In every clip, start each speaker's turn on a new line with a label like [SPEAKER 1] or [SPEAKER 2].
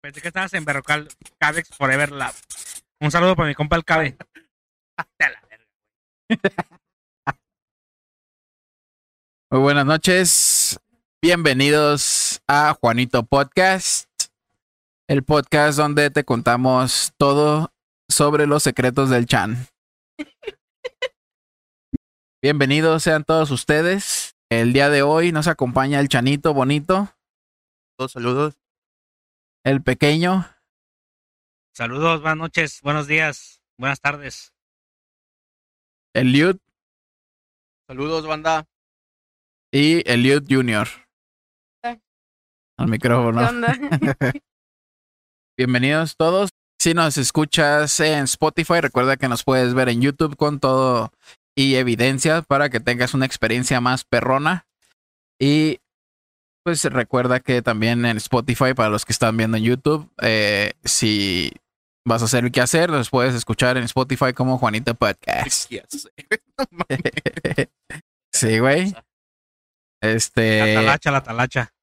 [SPEAKER 1] Pensé que estabas en Berrocal Cabex Forever Lab. Un saludo para mi compa el Cabe. Hasta la verga.
[SPEAKER 2] Muy buenas noches. Bienvenidos a Juanito Podcast, el podcast donde te contamos todo sobre los secretos del Chan. Bienvenidos sean todos ustedes. El día de hoy nos acompaña el Chanito Bonito,
[SPEAKER 3] Todos saludos.
[SPEAKER 2] el pequeño,
[SPEAKER 1] Saludos, buenas noches, buenos días, buenas tardes.
[SPEAKER 2] el Liut
[SPEAKER 3] Saludos, banda.
[SPEAKER 2] y el Liut Junior.
[SPEAKER 4] Ah.
[SPEAKER 2] Al micrófono.
[SPEAKER 4] ¿Qué onda?
[SPEAKER 2] Bienvenidos todos. Si nos escuchas en Spotify, recuerda que nos puedes ver en YouTube con todo y evidencia para que tengas una experiencia más perrona. Y pues recuerda que también en Spotify, para los que están viendo en YouTube, eh, si vas a hacer el hacer, nos puedes escuchar en Spotify como Juanito Podcast. sí, güey.
[SPEAKER 1] La
[SPEAKER 2] Este.
[SPEAKER 1] talacha, la talacha.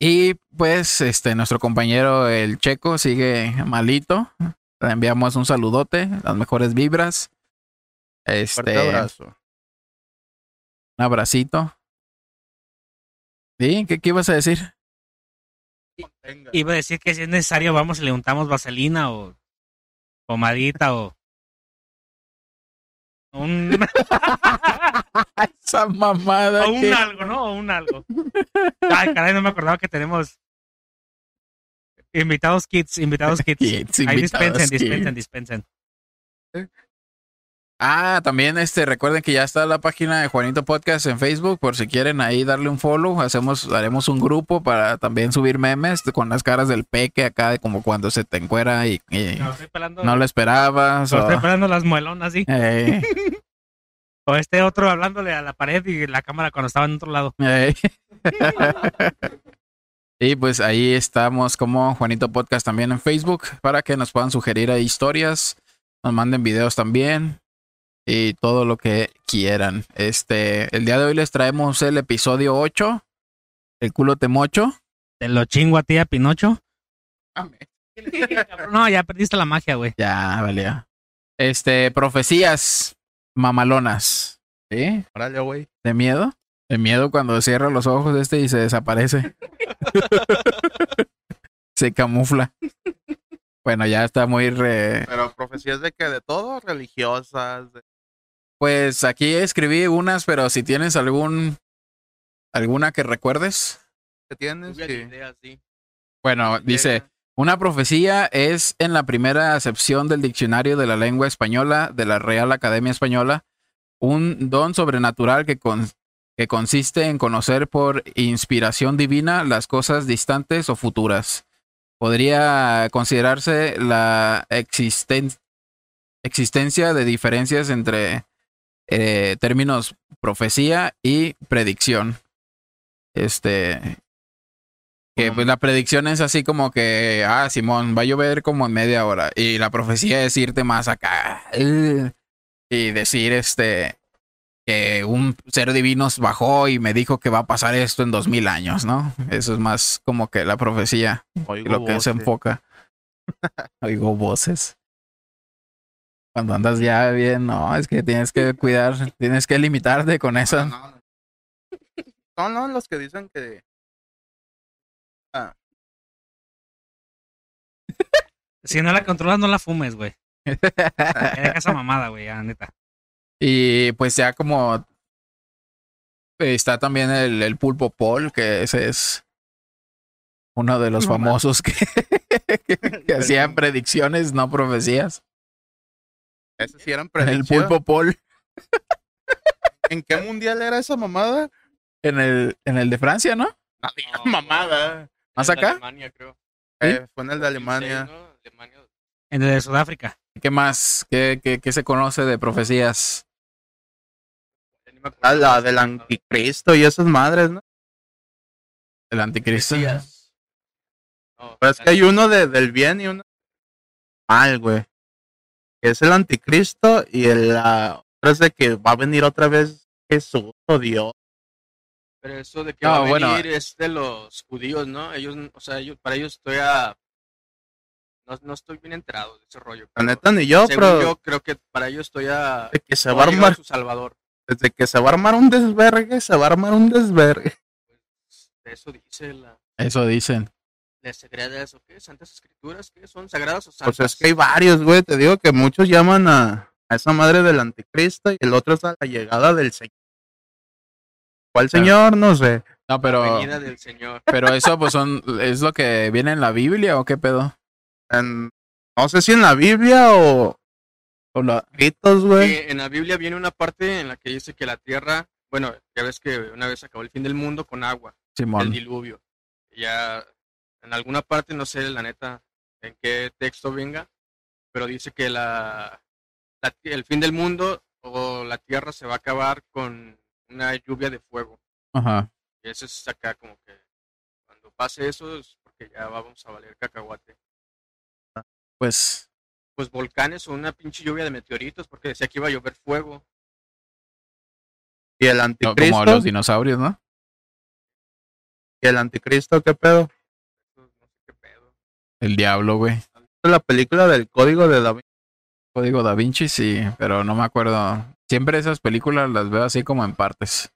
[SPEAKER 2] Y pues, este, nuestro compañero el Checo sigue malito. Le enviamos un saludote, las mejores vibras.
[SPEAKER 3] Fuerte
[SPEAKER 2] Este, un
[SPEAKER 3] abrazo.
[SPEAKER 2] abracito. ¿Sí? ¿Qué, qué ibas a decir?
[SPEAKER 1] Iba a decir que si es necesario, vamos y le untamos vaselina o pomadita o. Un,
[SPEAKER 2] Esa mamada.
[SPEAKER 1] o un algo, ¿no? O un algo. Ay, caray, no me acordaba que tenemos invitados kids, invitados kids. Ahí dispensen, dispensen, dispensen.
[SPEAKER 2] Ah, también este, recuerden que ya está la página de Juanito Podcast en Facebook, por si quieren ahí darle un follow, hacemos, haremos un grupo para también subir memes con las caras del peque acá, de como cuando se te encuera y, y
[SPEAKER 1] No, estoy pelando,
[SPEAKER 2] no lo esperabas.
[SPEAKER 1] me
[SPEAKER 2] o-
[SPEAKER 1] estoy pelando las muelonas, sí.
[SPEAKER 2] Ey,
[SPEAKER 1] O este otro hablándole a la pared y la cámara cuando estaba en otro lado.
[SPEAKER 2] ey. eh. y pues ahí estamos como Juanito Podcast también en Facebook para que nos puedan sugerir ahí historias, nos manden videos también y todo lo que quieran. Este, el día de hoy les traemos el episodio 8, el culo temocho.
[SPEAKER 1] Te lo chingo a ti, a Pinocho. Cabrón, No, ya perdiste la magia, güey.
[SPEAKER 2] Ya, valía. Este, profecías mamalonas. ¿Sí?
[SPEAKER 3] Órale, güey.
[SPEAKER 2] ¿De miedo? De miedo cuando cierra los ojos este y se desaparece. se camufla. Bueno, ya está muy re...
[SPEAKER 3] Pero profecías de que de todo, religiosas. de-
[SPEAKER 2] Pues aquí escribí unas, pero si tienes algún... alguna que recuerdes.
[SPEAKER 3] que tienes? Sí.
[SPEAKER 2] Bueno, dice, una profecía es en la primera acepción del diccionario de la lengua española de la Real Academia Española, un don sobrenatural que, con- que consiste en conocer por inspiración divina las cosas distantes o futuras. Podría considerarse la existen- existencia de diferencias entre eh, términos profecía y predicción. Este, que
[SPEAKER 3] Como-
[SPEAKER 2] pues la predicción es así como que, ah, Simón, va a llover como en media hora. Y la profecía es irte más acá. eh, Y decir, este, que un ser divino bajó y me dijo que va a pasar esto en dos mil años, ¿no? Eso es más como que la profecía,
[SPEAKER 3] Oigo
[SPEAKER 2] lo que se
[SPEAKER 3] voces.
[SPEAKER 2] enfoca. Oigo voces. Cuando andas ya bien, no, es que tienes que cuidar, tienes que limitarte con eso.
[SPEAKER 3] No, no. Son no, los que dicen que.
[SPEAKER 1] Si no la controlas, no la fumes, güey. Ya Deja esa mamada, güey, ya, neta.
[SPEAKER 2] Y pues ya como está también el, el pulpo Paul, que ese es uno de los
[SPEAKER 3] No mames.
[SPEAKER 2] famosos que, que, que hacían predicciones, no profecías.
[SPEAKER 3] Ese sí eran
[SPEAKER 2] El
[SPEAKER 3] predicciones.
[SPEAKER 2] pulpo Paul
[SPEAKER 3] ¿En qué mundial era esa mamada?
[SPEAKER 2] en el, en el de Francia, ¿no?
[SPEAKER 3] No, digas mamada.
[SPEAKER 2] ¿Más
[SPEAKER 5] En
[SPEAKER 2] acá?
[SPEAKER 5] Alemania, creo.
[SPEAKER 3] Eh, fue en el de Alemania.
[SPEAKER 5] Sí, ¿no? Alemania.
[SPEAKER 1] En el de Sudáfrica.
[SPEAKER 2] ¿Qué más? ¿Qué, qué, qué se conoce de profecías?
[SPEAKER 5] Ya ni me acuerdo.
[SPEAKER 3] Ah, la del anticristo y esas madres, ¿no?
[SPEAKER 2] El anticristo.
[SPEAKER 5] No,
[SPEAKER 3] Pero pues es que hay uno de, del bien y uno mal, güey. Que es el anticristo y el ah, otro es de que va a venir otra vez Jesús o Dios.
[SPEAKER 5] Pero eso de que
[SPEAKER 2] No,
[SPEAKER 5] va a venir
[SPEAKER 2] bueno.
[SPEAKER 5] es de los judíos, ¿no? Ellos, o sea, ellos, para ellos todavía No, no estoy bien enterado de ese rollo.
[SPEAKER 3] La
[SPEAKER 5] pero
[SPEAKER 3] neta ni yo,
[SPEAKER 5] según
[SPEAKER 3] pero
[SPEAKER 5] yo creo que para ello estoy a.
[SPEAKER 3] desde que se
[SPEAKER 5] no
[SPEAKER 3] va a
[SPEAKER 5] llegó
[SPEAKER 3] armar,
[SPEAKER 5] su salvador.
[SPEAKER 3] desde que se va a armar un desvergue, se va a armar un desvergue.
[SPEAKER 5] De eso dice la,
[SPEAKER 2] Eso dicen.
[SPEAKER 5] la sagrada. ¿o qué? ¿Santas escrituras? ¿Qué son? ¿Sagradas o santas?
[SPEAKER 3] Pues es que hay varios, güey, te digo que muchos llaman a, a esa madre del anticristo y el otro es a la llegada del Señor. ¿Cuál
[SPEAKER 2] Claro.
[SPEAKER 3] Señor? No sé.
[SPEAKER 2] No, pero,
[SPEAKER 5] Venida del Señor.
[SPEAKER 2] pero eso pues son, es lo que viene en la Biblia o qué pedo.
[SPEAKER 3] En- no sé si en la Biblia o
[SPEAKER 2] O la-
[SPEAKER 3] gritos, güey.
[SPEAKER 5] Que en la Biblia viene una parte en la que dice que la tierra. Bueno, ya ves que una vez acabó el fin del mundo con agua. el
[SPEAKER 2] Simón.
[SPEAKER 5] diluvio. Ya en alguna parte, no sé la neta en qué texto venga, pero dice que la, la- el fin del mundo o la tierra se va a acabar con una lluvia de fuego.
[SPEAKER 2] Ajá.
[SPEAKER 5] Y eso es acá como que cuando pase eso es porque ya vamos a valer cacahuate.
[SPEAKER 2] Pues
[SPEAKER 5] Pues volcanes o una pinche lluvia de meteoritos porque decía que iba a llover fuego.
[SPEAKER 3] Y el
[SPEAKER 2] no,
[SPEAKER 3] anticristo.
[SPEAKER 2] como los dinosaurios, ¿no?
[SPEAKER 3] ¿Y el anticristo qué pedo?
[SPEAKER 5] No sé qué pedo.
[SPEAKER 2] El diablo, güey.
[SPEAKER 3] La película del código de David.
[SPEAKER 2] Código Da Vinci, sí, pero no me acuerdo. Siempre esas películas las veo así como en partes.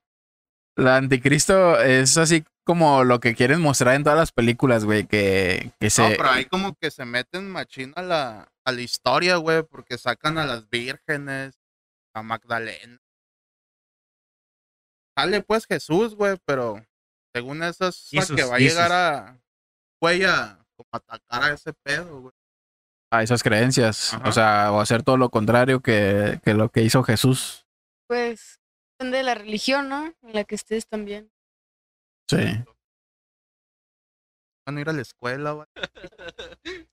[SPEAKER 2] La anticristo es así como lo que quieren mostrar en todas las películas, güey, que, que se...
[SPEAKER 3] No, pero ahí como que se meten machina a la, a la historia, güey, porque sacan a las vírgenes, a Magdalena. Sale pues Jesús, güey, pero según eso es la
[SPEAKER 1] Jesús,
[SPEAKER 3] que va a
[SPEAKER 1] Jesús.
[SPEAKER 3] llegar a, güey, a como atacar a ese pedo, güey.
[SPEAKER 2] a esas creencias.
[SPEAKER 3] Ajá.
[SPEAKER 2] O sea, o hacer todo lo contrario que, que lo que hizo Jesús.
[SPEAKER 4] Pues depende de la religión, ¿no? En la que estés también.
[SPEAKER 2] Sí.
[SPEAKER 3] Van a ir a la escuela, güey,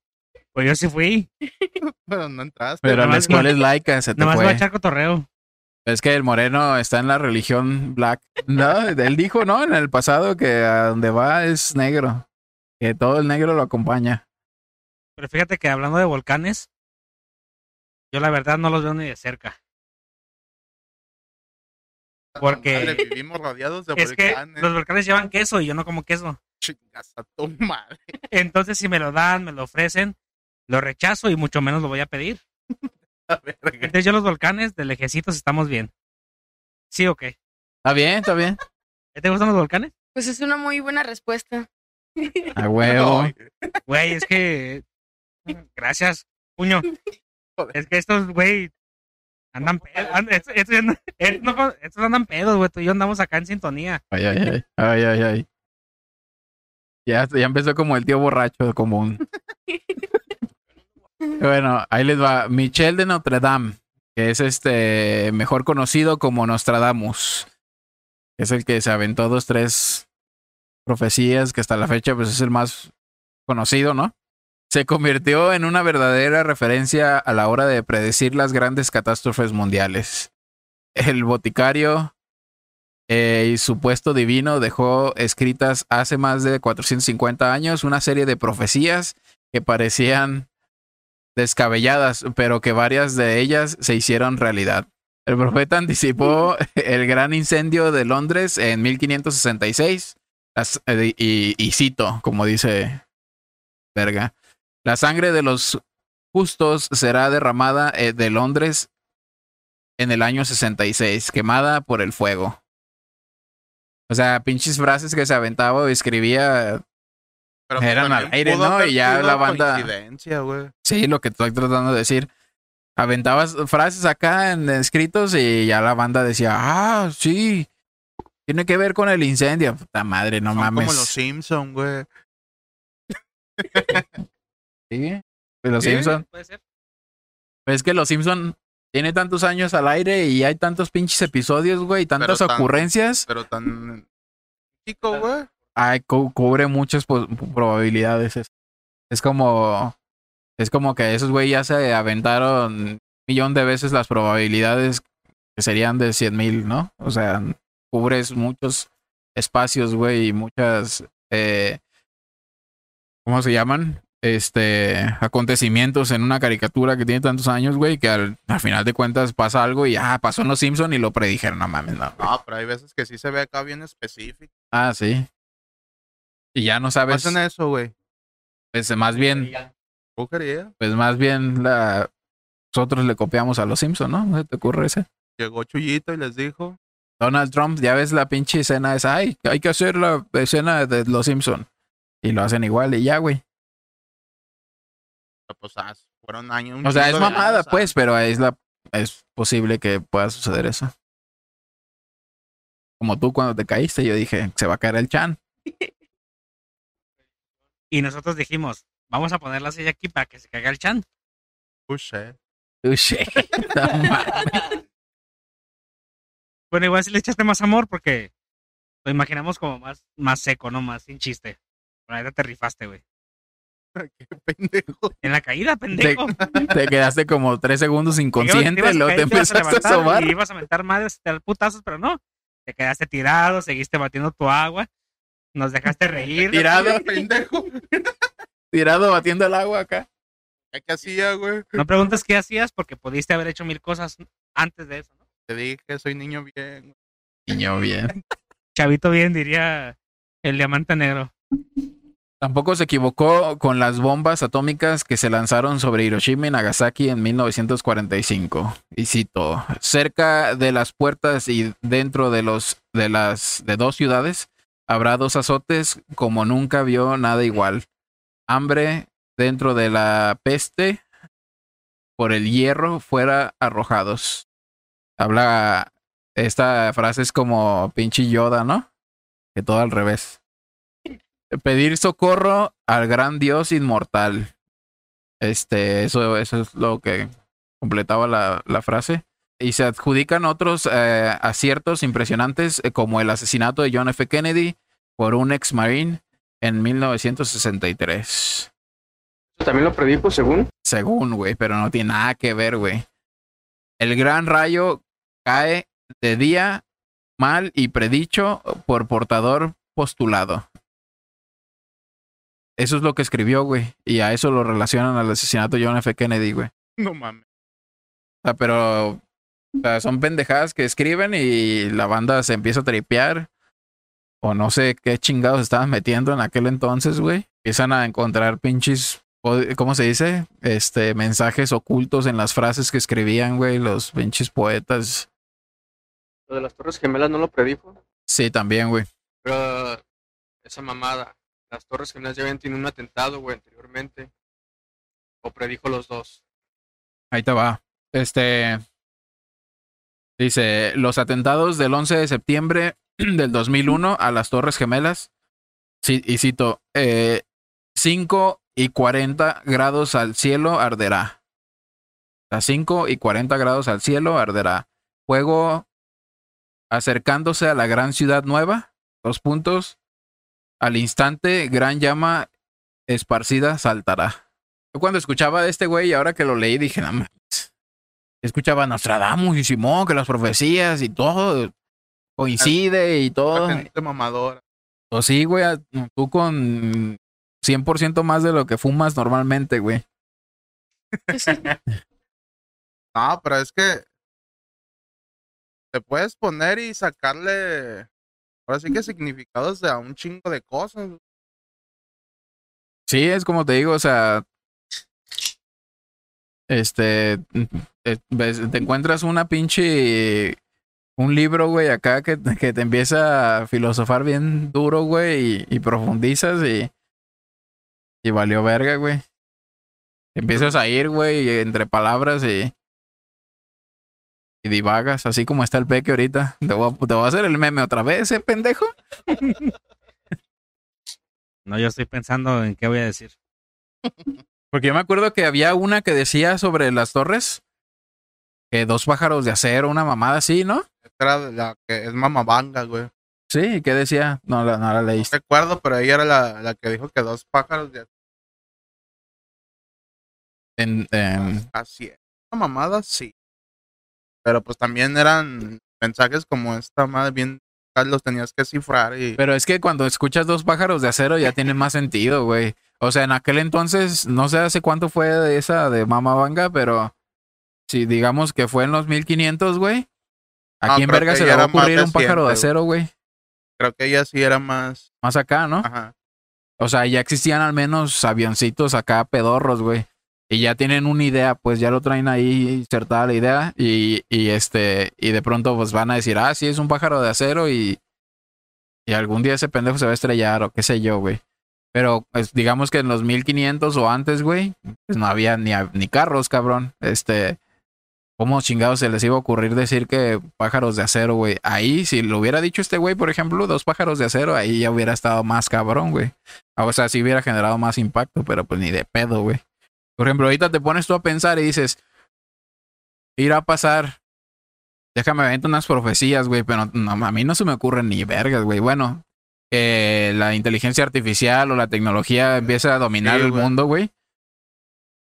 [SPEAKER 1] Pues yo sí fui.
[SPEAKER 3] pero no entraste.
[SPEAKER 2] Pero
[SPEAKER 3] güey.
[SPEAKER 2] la
[SPEAKER 1] Nomás
[SPEAKER 2] escuela es laica, se te
[SPEAKER 1] Nomás voy a
[SPEAKER 2] fue.
[SPEAKER 1] echar cotorreo.
[SPEAKER 2] Es que el moreno está en la religión black. No, él dijo, ¿no? En el pasado que a donde va es negro. Que todo el negro lo acompaña.
[SPEAKER 1] Pero fíjate que hablando de volcanes, yo la verdad no los veo ni de cerca. porque-
[SPEAKER 3] Madre, vivimos rodeados de
[SPEAKER 1] Es que
[SPEAKER 3] volcanes.
[SPEAKER 1] los volcanes llevan queso y yo no como queso.
[SPEAKER 3] Chingas a tu madre.
[SPEAKER 1] Entonces si me lo dan, me lo ofrecen, lo rechazo y mucho menos lo voy a pedir.
[SPEAKER 3] la verga.
[SPEAKER 1] Entonces yo los volcanes de lejecitos estamos bien. ¿Sí o qué?
[SPEAKER 2] Está bien, está bien.
[SPEAKER 1] ¿Te gustan los volcanes?
[SPEAKER 4] Pues es una muy buena respuesta.
[SPEAKER 2] A huevo.
[SPEAKER 3] Ay,
[SPEAKER 1] Güey, es que. Gracias, puño. Es que estos, güey, andan pedos. estos, estos andan- estos no- estos andan pedos, güey. Tú y yo andamos acá en sintonía.
[SPEAKER 2] Ay, ay, ay. Ay, ay, ay. Ya, ya empezó como el tío borracho común. bueno, ahí les va. Michel de Notre Dame, que es este mejor conocido como Nostradamus. Es el que se aventó dos, tres profecías, que hasta la fecha pues, es el más conocido, ¿no? Se convirtió en una verdadera referencia a la hora de predecir las grandes catástrofes mundiales. El boticario eh, y su puesto divino dejó escritas hace más de 450 años una serie de profecías que parecían descabelladas, pero que varias de ellas se hicieron realidad. El profeta anticipó el gran incendio de Londres en 1566 las- eh, y, y cito, como dice Verga, la sangre de los justos será derramada eh, de Londres en el año 66, quemada por el fuego. O sea, pinches frases que se aventaba o escribía.
[SPEAKER 3] pero pues
[SPEAKER 2] Eran al
[SPEAKER 3] también
[SPEAKER 2] aire,
[SPEAKER 3] pudo
[SPEAKER 2] ¿no?
[SPEAKER 3] haber
[SPEAKER 2] Y ya
[SPEAKER 3] sido
[SPEAKER 2] la banda-
[SPEAKER 3] coincidencia, güey.
[SPEAKER 2] Sí, lo que estoy tratando de decir. Aventabas frases acá en escritos y ya la banda decía, ah, sí. Tiene que ver con el incendio. Puta madre, no
[SPEAKER 3] Son
[SPEAKER 2] mames.
[SPEAKER 3] como los Simpson, güey.
[SPEAKER 2] ¿Sí? ¿De los
[SPEAKER 3] Sí.
[SPEAKER 2] Simpson.
[SPEAKER 1] ¿Puede ser?
[SPEAKER 2] Es que los Simpson tiene tantos años al aire y hay tantos pinches episodios, güey, y tantas
[SPEAKER 3] tan-
[SPEAKER 2] ocurrencias.
[SPEAKER 3] Pero tan chico, güey.
[SPEAKER 2] Ay, cu- cubre muchas pos- probabilidades. Es, es como. Es como que esos güey ya se aventaron un millón de veces las probabilidades que serían de 100 mil, ¿no? O sea, cubres muchos espacios, güey, y muchas. eh, ¿Cómo se llaman? Este. Acontecimientos en una caricatura que tiene tantos años, güey, que al, al final de cuentas pasa algo y ah, pasó en Los Simpson y lo predijeron, no mames, no.
[SPEAKER 3] No, pero hay veces que sí se ve acá bien específico.
[SPEAKER 2] Ah, sí. Y ya no sabes.
[SPEAKER 3] Pasen eso, güey.
[SPEAKER 2] Pues, más bien,
[SPEAKER 5] Ya,
[SPEAKER 3] Brujería.
[SPEAKER 2] Pues más bien la nosotros le copiamos a los Simpson, ¿no? ¿No se te ocurre ese?
[SPEAKER 3] Llegó Chuyito y les dijo.
[SPEAKER 2] Donald Trump, ya ves la pinche escena esa, ay, hay que hacer la escena de los Simpson. Y lo hacen igual y ya, güey.
[SPEAKER 3] Pues ah, fueron años. un
[SPEAKER 2] O sea, es
[SPEAKER 3] chingo de
[SPEAKER 2] mamada,
[SPEAKER 3] años, ah,
[SPEAKER 2] pues, pero es la es posible que pueda suceder eso. Como tú cuando te caíste, yo dije, se va a caer el Chan.
[SPEAKER 1] Y nosotros dijimos, vamos a poner la silla aquí para que se caiga el chan.
[SPEAKER 3] push, eh.
[SPEAKER 2] Uche, no mames.
[SPEAKER 1] Bueno, igual si le echaste más amor porque lo imaginamos como más, más seco, ¿no? Más sin chiste. Pero ahorita te rifaste, güey.
[SPEAKER 3] Qué pendejo.
[SPEAKER 1] En la caída, pendejo.
[SPEAKER 2] te quedaste como tres segundos
[SPEAKER 1] Te
[SPEAKER 2] inconsciente,
[SPEAKER 1] ibas a
[SPEAKER 2] luego
[SPEAKER 1] caer,
[SPEAKER 2] te
[SPEAKER 1] ibas a
[SPEAKER 2] empezaste a
[SPEAKER 1] levantar
[SPEAKER 2] sobar.
[SPEAKER 1] Y ibas a mentar madres, te dar putazos, pero no. Te quedaste tirado, seguiste batiendo tu agua. Nos dejaste reír.
[SPEAKER 2] Tirado,
[SPEAKER 3] pendejo.
[SPEAKER 2] tirado, batiendo el agua acá.
[SPEAKER 3] ¿Qué hacía, güey?
[SPEAKER 1] No preguntes qué hacías porque pudiste haber hecho mil cosas antes de eso, ¿no?
[SPEAKER 3] Te dije, soy niño bien.
[SPEAKER 2] Niño, bien.
[SPEAKER 1] Chavito bien, diría el diamante negro.
[SPEAKER 2] Tampoco se equivocó con las bombas atómicas que se lanzaron sobre Hiroshima y Nagasaki en 1945. Y cito, cerca de las puertas y dentro de los de las de dos ciudades habrá dos azotes como nunca vio nada igual. Hambre dentro de la peste por el hierro fuera arrojados. Habla esta frase es como pinche Yoda, ¿no? Que todo al revés. Pedir socorro al gran Dios inmortal. Este, eso, eso es lo que completaba la, la frase. Y se adjudican otros eh, aciertos impresionantes, eh, como el asesinato de John F. Kennedy por un ex marine en 1963.
[SPEAKER 5] También lo predijo según.
[SPEAKER 2] Según, güey, pero no tiene nada que ver, güey. El gran rayo cae de día mal y predicho por portador postulado. Eso es lo que escribió, güey. Y a eso lo relacionan al asesinato de John F. Kennedy, güey.
[SPEAKER 3] No mames.
[SPEAKER 2] O sea, pero o sea, son pendejadas que escriben y la banda se empieza a tripear. O no sé qué chingados estaban metiendo en aquel entonces, güey. Empiezan a encontrar pinches, o- ¿cómo se dice? Este, mensajes ocultos en las frases que escribían, güey, los pinches poetas.
[SPEAKER 5] Lo de las Torres Gemelas no lo predijo.
[SPEAKER 2] Sí, también, güey.
[SPEAKER 5] Pero esa mamada. Las Torres Gemelas ya habían tenido un atentado, güey, anteriormente. O predijo los dos.
[SPEAKER 2] Ahí te va. Este. Dice: Los atentados del 11 de septiembre del 2001 a las Torres Gemelas. ci- y cito: eh, 5 y 40 grados al cielo arderá. A 5 y 40 grados al cielo arderá. Fuego acercándose a la gran ciudad nueva. Dos puntos. Al instante, gran llama esparcida saltará. Yo cuando escuchaba de este güey y ahora que lo leí dije, no mames. Escuchaba a Nostradamus y Simón, que las profecías y todo coincide y todo.
[SPEAKER 3] La gente mamadora.
[SPEAKER 2] O Pues sí, güey, a- tú con 100% más de lo que fumas normalmente, güey.
[SPEAKER 4] Pues
[SPEAKER 3] No, pero es que te puedes poner y sacarle, ahora sí que significados a un chingo de cosas.
[SPEAKER 2] Sí, es como te digo, o sea, este, eh, ves- te encuentras una pinche, un libro, güey, acá que, que te empieza a filosofar bien duro, güey, y, y profundizas y, y valió verga, güey. Empiezas a ir, güey, entre palabras y, y divagas, así como está el peque ahorita. Te voy, a, te voy a hacer el meme otra vez, ¿eh, pendejo?
[SPEAKER 1] No, yo estoy pensando en qué voy a decir.
[SPEAKER 2] Porque yo me acuerdo que había una que decía sobre las torres. Que dos pájaros de acero, una mamada así, ¿no?
[SPEAKER 3] Era de la que es mamabanga, güey. No
[SPEAKER 2] Sí, ¿qué decía? No la, no la leíste.
[SPEAKER 3] recuerdo, pero ella era la, la que dijo que dos pájaros de
[SPEAKER 2] En, en-
[SPEAKER 3] así. es. Una mamada, sí. Pero pues también eran mensajes como esta madre, bien los tenías que cifrar y
[SPEAKER 2] pero es que cuando escuchas dos pájaros de acero ya tiene más sentido, güey. O sea, en aquel entonces, no sé hace cuánto fue de esa de Mama Vanga, pero si digamos que fue en los 1500, güey.
[SPEAKER 3] No,
[SPEAKER 2] ¿A quién
[SPEAKER 3] creo
[SPEAKER 2] verga
[SPEAKER 3] que
[SPEAKER 2] se le
[SPEAKER 3] ya
[SPEAKER 2] va a
[SPEAKER 3] era más
[SPEAKER 2] ocurrir un
[SPEAKER 3] reciente,
[SPEAKER 2] pájaro de
[SPEAKER 3] güey.
[SPEAKER 2] acero, güey?
[SPEAKER 3] creo que ella sí era más,
[SPEAKER 2] Más acá, ¿no?
[SPEAKER 3] ajá,
[SPEAKER 2] O sea, ya existían al menos avioncitos acá pedorros, güey. Y ya tienen una idea, pues ya lo traen ahí insertada la idea. Y, y este, y de pronto pues van a decir, ah, sí, es un pájaro de acero y, y algún día ese pendejo se va a estrellar o qué sé yo, güey. Pero pues, digamos que en los 1500 o antes, güey, pues no había ni, a- ni carros, cabrón. Este, ¿cómo chingados se les iba a ocurrir decir que pájaros de acero, güey? Ahí, si lo hubiera dicho este güey, por ejemplo, dos pájaros de acero, ahí ya hubiera estado más cabrón, güey. Ah, O sea, sí hubiera generado más impacto, pero pues ni de pedo, güey. Por ejemplo, ahorita te pones tú a pensar y dices, irá a pasar. Déjame aventar unas profecías, güey, pero no, a mí no se me ocurren ni vergas, güey. Bueno, eh, la inteligencia artificial o la tecnología empieza a dominar
[SPEAKER 3] Sí,
[SPEAKER 2] el
[SPEAKER 3] güey.
[SPEAKER 2] mundo, güey.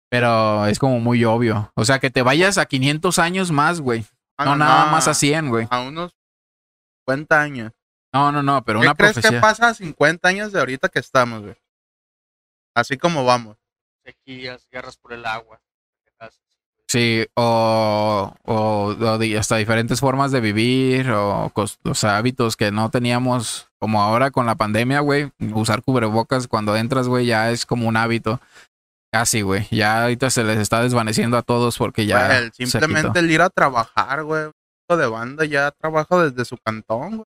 [SPEAKER 2] Pero es como muy obvio. O sea, que te vayas a 500 años más, güey.
[SPEAKER 3] Ah,
[SPEAKER 2] no nada más
[SPEAKER 3] no,
[SPEAKER 2] a 100, güey.
[SPEAKER 3] A unos 50 años.
[SPEAKER 2] No, no, no, pero
[SPEAKER 3] ¿Qué
[SPEAKER 2] una
[SPEAKER 3] crees que
[SPEAKER 2] profecía.
[SPEAKER 3] pasa a 50 años de ahorita que estamos, güey? Así como vamos.
[SPEAKER 5] sequías, guerras por el agua.
[SPEAKER 2] Sí, o, o, o di- hasta diferentes formas de vivir, o cos- los hábitos que no teníamos, como ahora con la pandemia, güey. Usar cubrebocas cuando entras, güey, ya es como un hábito. Casi, güey. Ya ahorita se les está desvaneciendo a todos porque ya.
[SPEAKER 3] Güey, el
[SPEAKER 2] se quitó.
[SPEAKER 3] simplemente el ir a trabajar, güey. Hijo de banda ya trabaja desde su cantón, güey.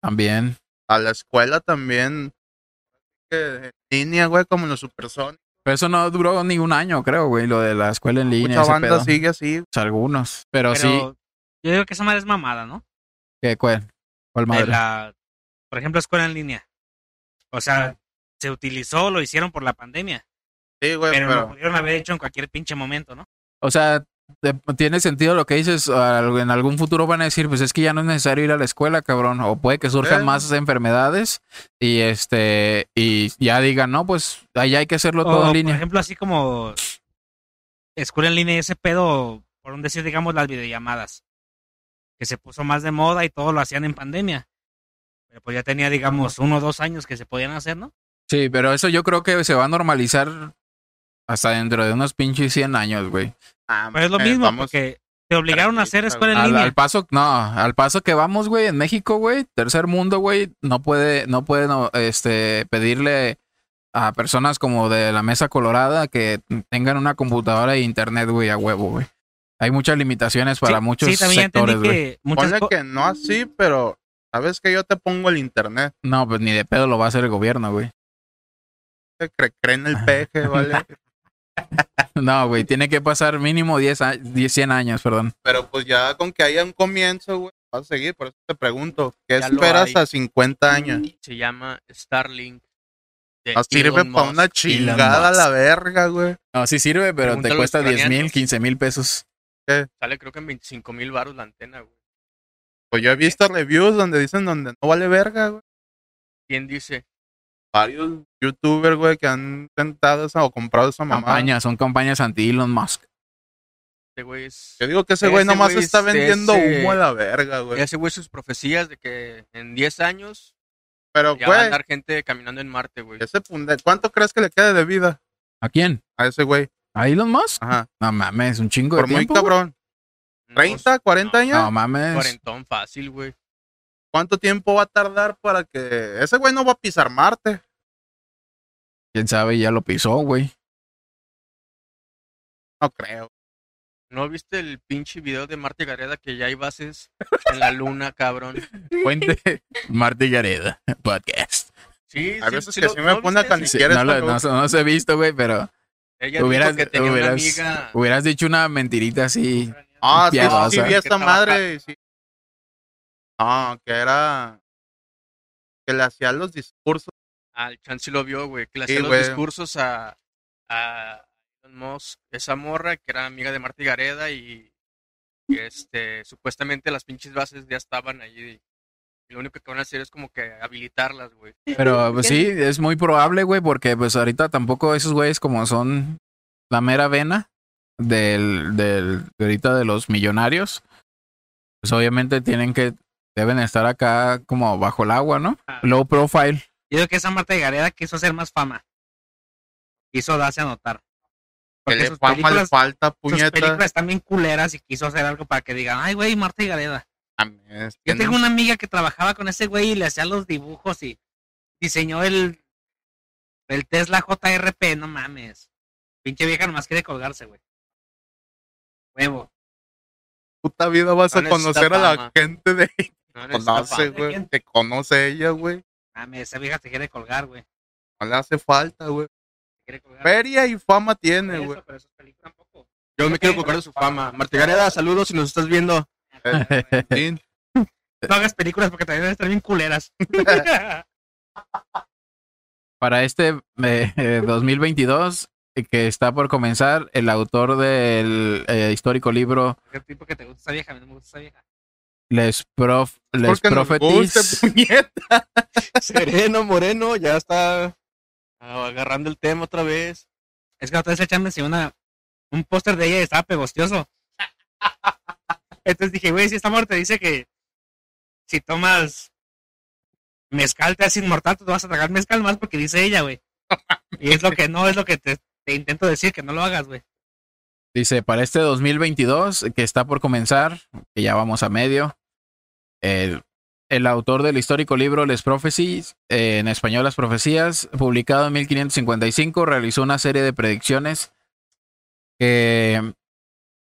[SPEAKER 2] También.
[SPEAKER 3] A la escuela también. que En línea, güey, como los supersónicos.
[SPEAKER 2] Pero eso no duró ni un año, creo, güey, lo de la escuela en línea.
[SPEAKER 3] Mucha
[SPEAKER 2] ese
[SPEAKER 3] banda
[SPEAKER 2] pedo.
[SPEAKER 3] sigue así.
[SPEAKER 2] O sea, Algunos. Pero,
[SPEAKER 1] Pero
[SPEAKER 2] sí,
[SPEAKER 1] yo digo que esa madre es mamada, ¿no?
[SPEAKER 2] ¿qué, ¿cuál? ¿Cuál
[SPEAKER 1] de
[SPEAKER 2] madre?
[SPEAKER 1] la, por ejemplo, escuela en línea. O sea, se utilizó, lo hicieron por la pandemia,
[SPEAKER 3] Sí,
[SPEAKER 2] Pues,
[SPEAKER 3] güey,
[SPEAKER 1] pero, pues, lo
[SPEAKER 3] pero.
[SPEAKER 1] pudieron haber hecho en cualquier pinche momento, ¿no?
[SPEAKER 2] O sea, te- tiene sentido lo que dices. al- En algún futuro van a decir, pues es que ya no es necesario ir a la escuela, cabrón. O puede que surjan
[SPEAKER 3] Eh.
[SPEAKER 2] más enfermedades y este y ya digan, no, pues allá hay que hacerlo todo
[SPEAKER 1] O,
[SPEAKER 2] en
[SPEAKER 1] Por
[SPEAKER 2] línea.
[SPEAKER 1] ejemplo, así como escuela en línea y ese pedo, por un decir, digamos, las videollamadas, que se puso más de moda y todo lo hacían en pandemia. Pero pues ya tenía, digamos, uno o dos años que se podían hacer, ¿no?
[SPEAKER 2] Sí, pero eso yo creo que se va a normalizar hasta dentro de unos pinches 100 años, güey.
[SPEAKER 3] ah,
[SPEAKER 1] Pero pues, es lo
[SPEAKER 3] eh,
[SPEAKER 1] mismo,
[SPEAKER 3] vamos-
[SPEAKER 1] porque te obligaron a hacer
[SPEAKER 3] característica,
[SPEAKER 1] escuela en
[SPEAKER 2] Al,
[SPEAKER 1] línea.
[SPEAKER 2] al paso, no, al paso que vamos, güey, en México, güey, tercer mundo, güey, no puede, no puede, no, este, pedirle a personas como de la mesa colorada que tengan una computadora e internet, güey, a huevo, güey. Hay muchas limitaciones para
[SPEAKER 1] Sí,
[SPEAKER 2] muchos
[SPEAKER 1] sí, también ya
[SPEAKER 2] sectores,
[SPEAKER 1] entendí
[SPEAKER 2] güey.
[SPEAKER 1] que muchas
[SPEAKER 3] Ponle
[SPEAKER 1] co-
[SPEAKER 3] que no así, pero. Sabes que yo te pongo el internet.
[SPEAKER 2] No, pues ni de pedo lo va a hacer el gobierno, güey.
[SPEAKER 3] Te cre- creen
[SPEAKER 5] Ah.
[SPEAKER 3] el peje, ¿vale?
[SPEAKER 2] No, güey, tiene que pasar mínimo 10, a- 10, 100 años, perdón.
[SPEAKER 3] Pero pues ya con que haya un comienzo, güey, vas a seguir. Por eso te pregunto, ¿qué
[SPEAKER 5] Ya lo
[SPEAKER 3] esperas
[SPEAKER 5] hay.
[SPEAKER 3] a 50 años?
[SPEAKER 5] Se llama Starlink. de
[SPEAKER 3] No sirve
[SPEAKER 5] Elon
[SPEAKER 3] para una
[SPEAKER 5] Musk.
[SPEAKER 3] chingada
[SPEAKER 2] Musk.
[SPEAKER 3] la verga, güey.
[SPEAKER 2] No, sí sirve, pero
[SPEAKER 5] Pregúntale
[SPEAKER 2] te
[SPEAKER 5] a los
[SPEAKER 2] cuesta 10 mil,
[SPEAKER 5] ucranianos.
[SPEAKER 2] 15 mil pesos.
[SPEAKER 5] Sale creo que en 25 mil baros la antena, güey.
[SPEAKER 3] Pues yo he visto reviews donde dicen donde no vale verga, güey.
[SPEAKER 5] ¿Quién dice?
[SPEAKER 3] Varios youtubers, güey, que han intentado esa o comprado esa mamá.
[SPEAKER 2] Campañas, son campañas anti-Elon Musk.
[SPEAKER 5] Este güey es...
[SPEAKER 3] Yo digo que ese
[SPEAKER 5] Ese
[SPEAKER 3] güey nomás
[SPEAKER 5] güey
[SPEAKER 3] está
[SPEAKER 5] es
[SPEAKER 3] vendiendo
[SPEAKER 5] ese-
[SPEAKER 3] humo a la verga, güey.
[SPEAKER 5] Ese güey sus profecías de que en 10 años
[SPEAKER 3] Pero,
[SPEAKER 5] ya va a
[SPEAKER 3] Pues, güey,
[SPEAKER 5] andar gente caminando en Marte, güey.
[SPEAKER 3] ese punde... ¿cuánto crees que le quede de vida
[SPEAKER 2] ¿A quién?
[SPEAKER 3] a ese güey?
[SPEAKER 2] ¿A Elon Musk?
[SPEAKER 3] Ajá.
[SPEAKER 2] No mames, un chingo
[SPEAKER 3] Por
[SPEAKER 2] de
[SPEAKER 3] muy
[SPEAKER 2] tiempo. güey.
[SPEAKER 3] cabrón.
[SPEAKER 5] Unos
[SPEAKER 3] ¿30, 40 años?
[SPEAKER 2] No mames.
[SPEAKER 5] Cuarentón fácil, güey.
[SPEAKER 3] ¿Cuánto tiempo va a tardar para que ese güey no va a pisar Marte?
[SPEAKER 2] Quién sabe, ya lo pisó, güey.
[SPEAKER 3] No creo.
[SPEAKER 5] ¿No viste el pinche video de Marte Gareda que ya hay bases en la luna, cabrón?
[SPEAKER 2] Fuente Martí Gareda, podcast.
[SPEAKER 5] Sí,
[SPEAKER 3] A
[SPEAKER 5] sí,
[SPEAKER 3] veces
[SPEAKER 5] sí
[SPEAKER 3] que
[SPEAKER 5] lo-
[SPEAKER 3] sí me
[SPEAKER 5] ¿no
[SPEAKER 3] pone
[SPEAKER 5] viste?
[SPEAKER 3] Si
[SPEAKER 2] Sí,
[SPEAKER 3] quieres,
[SPEAKER 2] no, lo-
[SPEAKER 3] pero-
[SPEAKER 2] no, se- no se ha visto, güey, pero
[SPEAKER 5] Ella dijo
[SPEAKER 2] hubieras-
[SPEAKER 5] que tenía
[SPEAKER 2] hubieras-
[SPEAKER 5] una amiga.
[SPEAKER 2] hubieras dicho una mentirita así.
[SPEAKER 3] Ah, sí,
[SPEAKER 2] Piadosa.
[SPEAKER 3] sí, sí, vi
[SPEAKER 5] Que
[SPEAKER 3] esa
[SPEAKER 5] trabaja.
[SPEAKER 3] madre. Sí. Ah, que era. Que le hacían los discursos.
[SPEAKER 5] Al Chance lo vio, güey, que le
[SPEAKER 3] Sí,
[SPEAKER 5] hacía los
[SPEAKER 3] güey.
[SPEAKER 5] discursos a, a Elon Musk, esa morra que era amiga de Marta y Gareda y y, este supuestamente las pinches bases ya estaban allí. Y lo único que van a hacer es como que habilitarlas, güey.
[SPEAKER 2] Pero pues, sí, es muy probable, güey, porque pues ahorita tampoco esos güeyes como son la mera vena del, del ahorita de los millonarios, pues obviamente tienen que, deben estar acá como bajo el agua, ¿no? Low profile.
[SPEAKER 1] Yo digo que esa Marta de Gareda quiso hacer más fama. Quiso darse a notar.
[SPEAKER 3] Que
[SPEAKER 1] Porque
[SPEAKER 3] le
[SPEAKER 1] sus
[SPEAKER 3] fama le
[SPEAKER 1] películas,
[SPEAKER 3] falta,
[SPEAKER 1] sus
[SPEAKER 3] puñeta.
[SPEAKER 1] películas están bien culeras y quiso hacer algo para que digan, ay, güey, Marta de Gareda.
[SPEAKER 3] Ah, Mames,
[SPEAKER 1] Yo
[SPEAKER 3] tiene-
[SPEAKER 1] tengo una amiga que trabajaba con ese güey y le hacía los dibujos y diseñó el El Tesla JRP, no mames. Pinche vieja nomás quiere colgarse, güey. Huevo.
[SPEAKER 3] Puta vida vas a
[SPEAKER 5] No necesita
[SPEAKER 3] conocer a la
[SPEAKER 5] fama.
[SPEAKER 3] gente de
[SPEAKER 5] No
[SPEAKER 3] que
[SPEAKER 5] necesita
[SPEAKER 3] conoce,
[SPEAKER 1] fama.
[SPEAKER 3] güey. Te conoce ella, güey.
[SPEAKER 1] Mames, esa vieja te quiere colgar, güey. Te
[SPEAKER 3] No le hace falta, güey.
[SPEAKER 1] quiere colgar.
[SPEAKER 3] Feria y fama
[SPEAKER 1] Por
[SPEAKER 3] tiene,
[SPEAKER 1] eso,
[SPEAKER 3] güey.
[SPEAKER 1] pero eso es peligro tampoco.
[SPEAKER 5] Yo me quiero colgar de su fama. Martigareda, saludos si nos estás viendo.
[SPEAKER 2] Eh.
[SPEAKER 3] Sí.
[SPEAKER 1] No hagas películas porque también van a estar bien culeras.
[SPEAKER 2] Para este eh, eh, 2022 eh, que está por comenzar, el autor del eh, histórico libro
[SPEAKER 1] ¿Qué tipo que te gusta esa vieja? A mí no me gusta esa vieja.
[SPEAKER 2] Les, Prof Les
[SPEAKER 3] Porque nos
[SPEAKER 2] Propheties.
[SPEAKER 3] guste, puñet.
[SPEAKER 5] Sereno Moreno ya está agarrando el tema otra vez.
[SPEAKER 1] Es que la otra vez el chat me enseñó una, un póster de ella y estaba pegostioso. Entonces dije, güey, si esta morra te dice que si tomas mezcal te haces inmortal, tú te vas a tragar mezcal más porque dice ella, güey. Y es lo que no, es lo que te, te intento decir, que no lo hagas, güey.
[SPEAKER 2] Dice, para este 2022, que está por comenzar, que ya vamos a medio, el, el autor del histórico libro Les Prophecies, eh, en español Las Profecías, publicado en 1555, realizó una serie de predicciones que,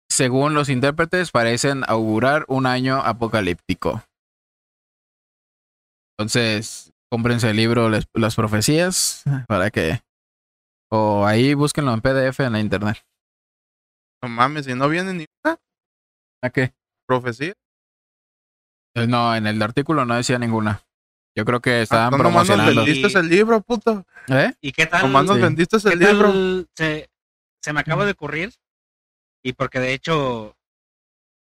[SPEAKER 2] según los intérpretes, parecen augurar un año apocalíptico. Entonces, cómprense el libro Les- Las Profecías para que... O ahí búsquenlo en PDF en la internet.
[SPEAKER 3] No mames, si no viene ni una
[SPEAKER 2] ¿A qué?
[SPEAKER 3] profecía.
[SPEAKER 2] Eh, No, en el artículo no decía ninguna. Yo creo que
[SPEAKER 3] Ah,
[SPEAKER 2] estaban
[SPEAKER 3] tú nomás nos
[SPEAKER 2] promocionando.
[SPEAKER 1] del-
[SPEAKER 3] vendiste el libro, puto.
[SPEAKER 2] ¿Eh?
[SPEAKER 1] ¿Y qué tal?
[SPEAKER 3] Nomás nos
[SPEAKER 2] Sí.
[SPEAKER 3] vendiste
[SPEAKER 1] Ah, ¿Qué
[SPEAKER 3] el libro.
[SPEAKER 1] tal Se, se me acaba de ocurrir, y porque de hecho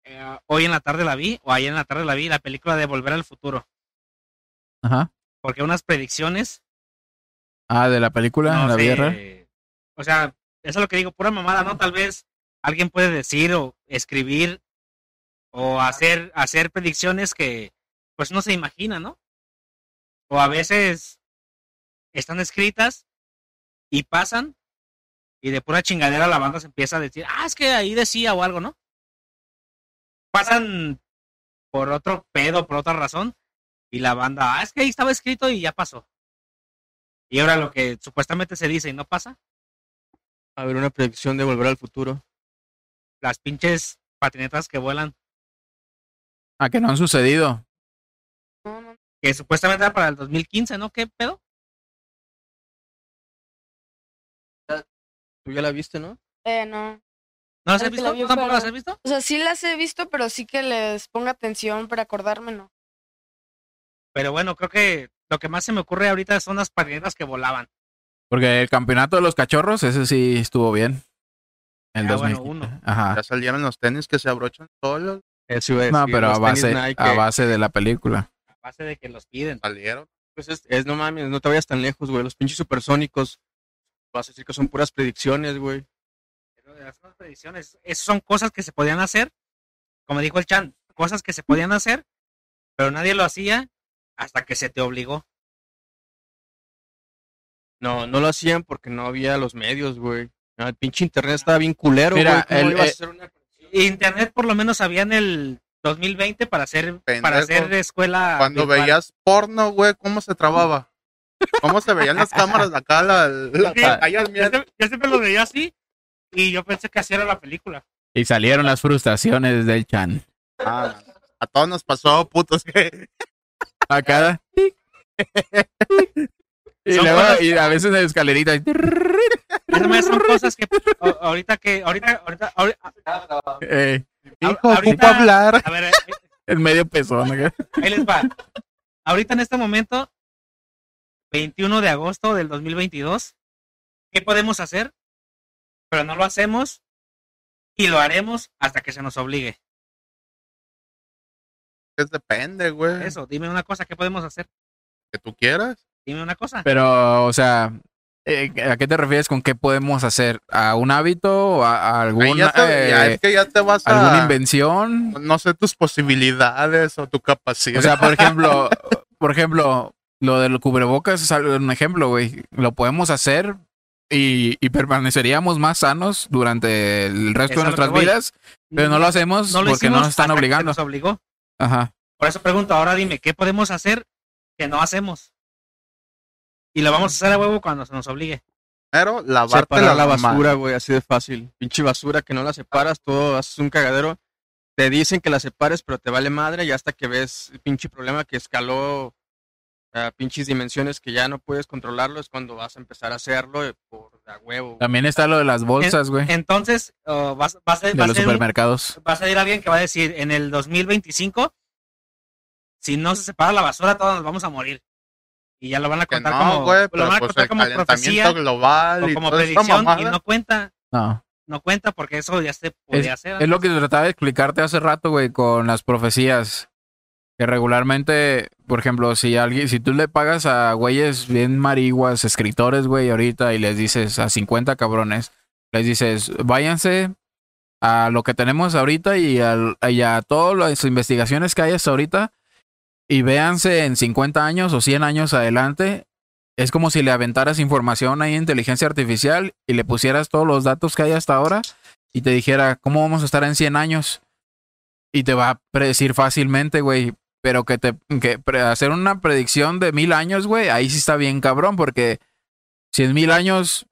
[SPEAKER 1] eh, hoy en la tarde la vi, o ayer en la tarde la vi, la película de Volver al Futuro,
[SPEAKER 2] Ajá.
[SPEAKER 1] porque unas predicciones...
[SPEAKER 2] Ah, de la película,
[SPEAKER 1] no
[SPEAKER 2] la
[SPEAKER 1] sé,
[SPEAKER 2] vida real.
[SPEAKER 1] O sea, eso es lo que digo, pura mamada, ¿no? Tal vez alguien puede decir o escribir o hacer, hacer predicciones que pues no se imagina, ¿no? O a veces están escritas y pasan y de pura chingadera la banda se empieza a decir, ah, es que ahí decía o algo, ¿no? Pasan por otro pedo, por otra razón, y la banda, ah, es que ahí estaba escrito y ya pasó. Y ahora lo que supuestamente se dice y no pasa,
[SPEAKER 5] A ver, una predicción de volver al futuro.
[SPEAKER 1] las pinches patinetas que vuelan,
[SPEAKER 2] Ah, que no han sucedido.
[SPEAKER 4] No, no,
[SPEAKER 1] que supuestamente era para el 2015, ¿no? ¿Qué pedo?
[SPEAKER 5] Tú ya la viste, ¿no?
[SPEAKER 4] eh, no.
[SPEAKER 1] ¿No las has
[SPEAKER 4] Creo que
[SPEAKER 1] visto?
[SPEAKER 4] la vio
[SPEAKER 1] ¿Tú tampoco
[SPEAKER 4] para-
[SPEAKER 1] las has visto?
[SPEAKER 4] O sea, sí las he visto, pero sí que les ponga atención para acordarme, ¿no?
[SPEAKER 1] Pero bueno, creo que lo que más se me ocurre ahorita son las patinetas que volaban.
[SPEAKER 2] Porque el campeonato de los cachorros, ese sí estuvo bien. El
[SPEAKER 1] Ah,
[SPEAKER 2] 2000.
[SPEAKER 1] bueno, uno.
[SPEAKER 2] Ajá.
[SPEAKER 3] Ya salieron los tenis que se abrochan solos.
[SPEAKER 5] Eso iba a
[SPEAKER 2] No,
[SPEAKER 5] decir,
[SPEAKER 2] pero a
[SPEAKER 5] los tenis
[SPEAKER 2] base,
[SPEAKER 5] Nike.
[SPEAKER 2] a base de la película.
[SPEAKER 1] A base de que los piden.
[SPEAKER 3] Salieron.
[SPEAKER 5] Pues es, es- no mames, no te vayas tan lejos, güey. Los pinches supersónicos. Vas a decir que son puras predicciones, güey.
[SPEAKER 1] Pero Las son predicciones, esas son cosas que se podían hacer, como dijo el Chan, cosas que se podían hacer, pero nadie lo hacía hasta que se te obligó.
[SPEAKER 5] No, no lo hacían porque no había los medios, güey. No, el pinche internet estaba bien culero,
[SPEAKER 2] Mira,
[SPEAKER 5] güey. ¿Cómo
[SPEAKER 2] el-
[SPEAKER 5] ibas a
[SPEAKER 2] eh,
[SPEAKER 5] hacer una conexión?
[SPEAKER 1] Internet por lo menos había en el 2020 para hacer,
[SPEAKER 3] Pendejo.
[SPEAKER 1] para hacer escuela.
[SPEAKER 3] Cuando
[SPEAKER 1] virtual.
[SPEAKER 3] veías porno, güey, ¿cómo se trababa? ¿Cómo se veían las cámaras de acá? La, la
[SPEAKER 1] Sí.
[SPEAKER 2] Ah.
[SPEAKER 3] pantalla,
[SPEAKER 1] yo,
[SPEAKER 3] mira,
[SPEAKER 1] siempre- yo siempre lo veía así y yo pensé que así era la película.
[SPEAKER 2] Y salieron las frustraciones del Chan.
[SPEAKER 3] Ah, a todos nos pasó, putos. que-
[SPEAKER 2] A cada. Y,
[SPEAKER 1] Son
[SPEAKER 2] luego,
[SPEAKER 1] cosas-
[SPEAKER 2] y a veces en la escalerita. eh,
[SPEAKER 1] Además, son cosas que a- ahorita que ahorita ahorita, ahori-
[SPEAKER 2] eh,
[SPEAKER 3] Hijo,
[SPEAKER 1] ahorita-
[SPEAKER 3] ocupo hablar.
[SPEAKER 1] a ver, eh,
[SPEAKER 2] en medio pezón. acá.
[SPEAKER 1] ahí les va. Ahorita en este momento 21 de agosto del 2022, ¿qué podemos hacer? Pero no lo hacemos y lo haremos hasta que se nos obligue.
[SPEAKER 3] Es depende,
[SPEAKER 2] Ah.
[SPEAKER 3] güey.
[SPEAKER 1] Eso, dime una cosa, ¿qué podemos hacer?
[SPEAKER 3] Que tú quieras.
[SPEAKER 1] Dime una cosa.
[SPEAKER 2] Pero, o sea, eh, ¿a qué te refieres con qué podemos hacer? ¿A un hábito? ¿A, a
[SPEAKER 3] Ahí
[SPEAKER 2] alguna,
[SPEAKER 3] ya te- ya
[SPEAKER 2] eh,
[SPEAKER 3] es que ya te vas
[SPEAKER 2] alguna
[SPEAKER 3] a.
[SPEAKER 2] invención?
[SPEAKER 3] No sé tus posibilidades o tu capacidad.
[SPEAKER 2] O sea, por ejemplo, por ejemplo, lo del cubrebocas es algo- un ejemplo, güey. Lo podemos hacer y, y permaneceríamos más sanos durante el resto
[SPEAKER 1] Es a
[SPEAKER 2] de
[SPEAKER 1] lo
[SPEAKER 2] nuestras
[SPEAKER 1] que voy.
[SPEAKER 2] vidas, pero no lo hacemos
[SPEAKER 1] No lo
[SPEAKER 2] porque no
[SPEAKER 1] hicimos
[SPEAKER 2] nos están
[SPEAKER 1] hasta que se
[SPEAKER 2] obligando.
[SPEAKER 1] nos obligó.
[SPEAKER 2] Ajá.
[SPEAKER 1] Por eso pregunto, ahora dime, ¿qué podemos hacer que no hacemos? Y lo vamos a hacer a huevo cuando se nos obligue.
[SPEAKER 3] Pero lavarte
[SPEAKER 5] Separar la
[SPEAKER 3] ma-
[SPEAKER 5] basura, güey, así de fácil. Pinche basura que no la separas, todo haces un cagadero. Te dicen que la separes, pero te vale madre y hasta que ves el pinche problema que escaló a pinches dimensiones que ya no puedes controlarlo, es cuando vas a empezar a hacerlo eh, por a huevo. güey.
[SPEAKER 2] También está lo de las bolsas, güey.
[SPEAKER 1] Entonces, oh, vas- vas a- va
[SPEAKER 2] De
[SPEAKER 1] a
[SPEAKER 2] los
[SPEAKER 1] ser un-
[SPEAKER 2] supermercados.
[SPEAKER 1] va a salir alguien que va a decir, en el 2025, si no se separa la basura, todos nos vamos a morir. Y ya lo van a
[SPEAKER 3] Que
[SPEAKER 1] contar
[SPEAKER 3] no,
[SPEAKER 1] como,
[SPEAKER 3] güey,
[SPEAKER 1] lo
[SPEAKER 3] pero
[SPEAKER 1] van a
[SPEAKER 3] pues
[SPEAKER 1] contar
[SPEAKER 3] el
[SPEAKER 1] como
[SPEAKER 3] calentamiento
[SPEAKER 1] profecía
[SPEAKER 3] global
[SPEAKER 1] o
[SPEAKER 3] y
[SPEAKER 1] como
[SPEAKER 3] toda esta
[SPEAKER 1] predicción y
[SPEAKER 3] mamada.
[SPEAKER 1] no cuenta,
[SPEAKER 2] No.
[SPEAKER 1] no cuenta porque eso ya se podía hacer.
[SPEAKER 2] Es lo que trataba de explicarte hace rato, güey, con las profecías. Que regularmente, por ejemplo, si alguien, si tú le pagas a güeyes bien marihuas, escritores, güey, ahorita, y les dices a 50 cabrones, les dices, váyanse a lo que tenemos ahorita y, al- y a todas las investigaciones que hay hasta ahorita, y véanse en 50 años o 100 años adelante. Es como si le aventaras información a inteligencia artificial y le pusieras todos los datos que hay hasta ahora y te dijera, ¿cómo vamos a estar en 100 años? Y te va a predecir fácilmente, güey. Pero que te que pre- hacer una predicción de mil años, güey, ahí sí está bien cabrón, porque si en mil años.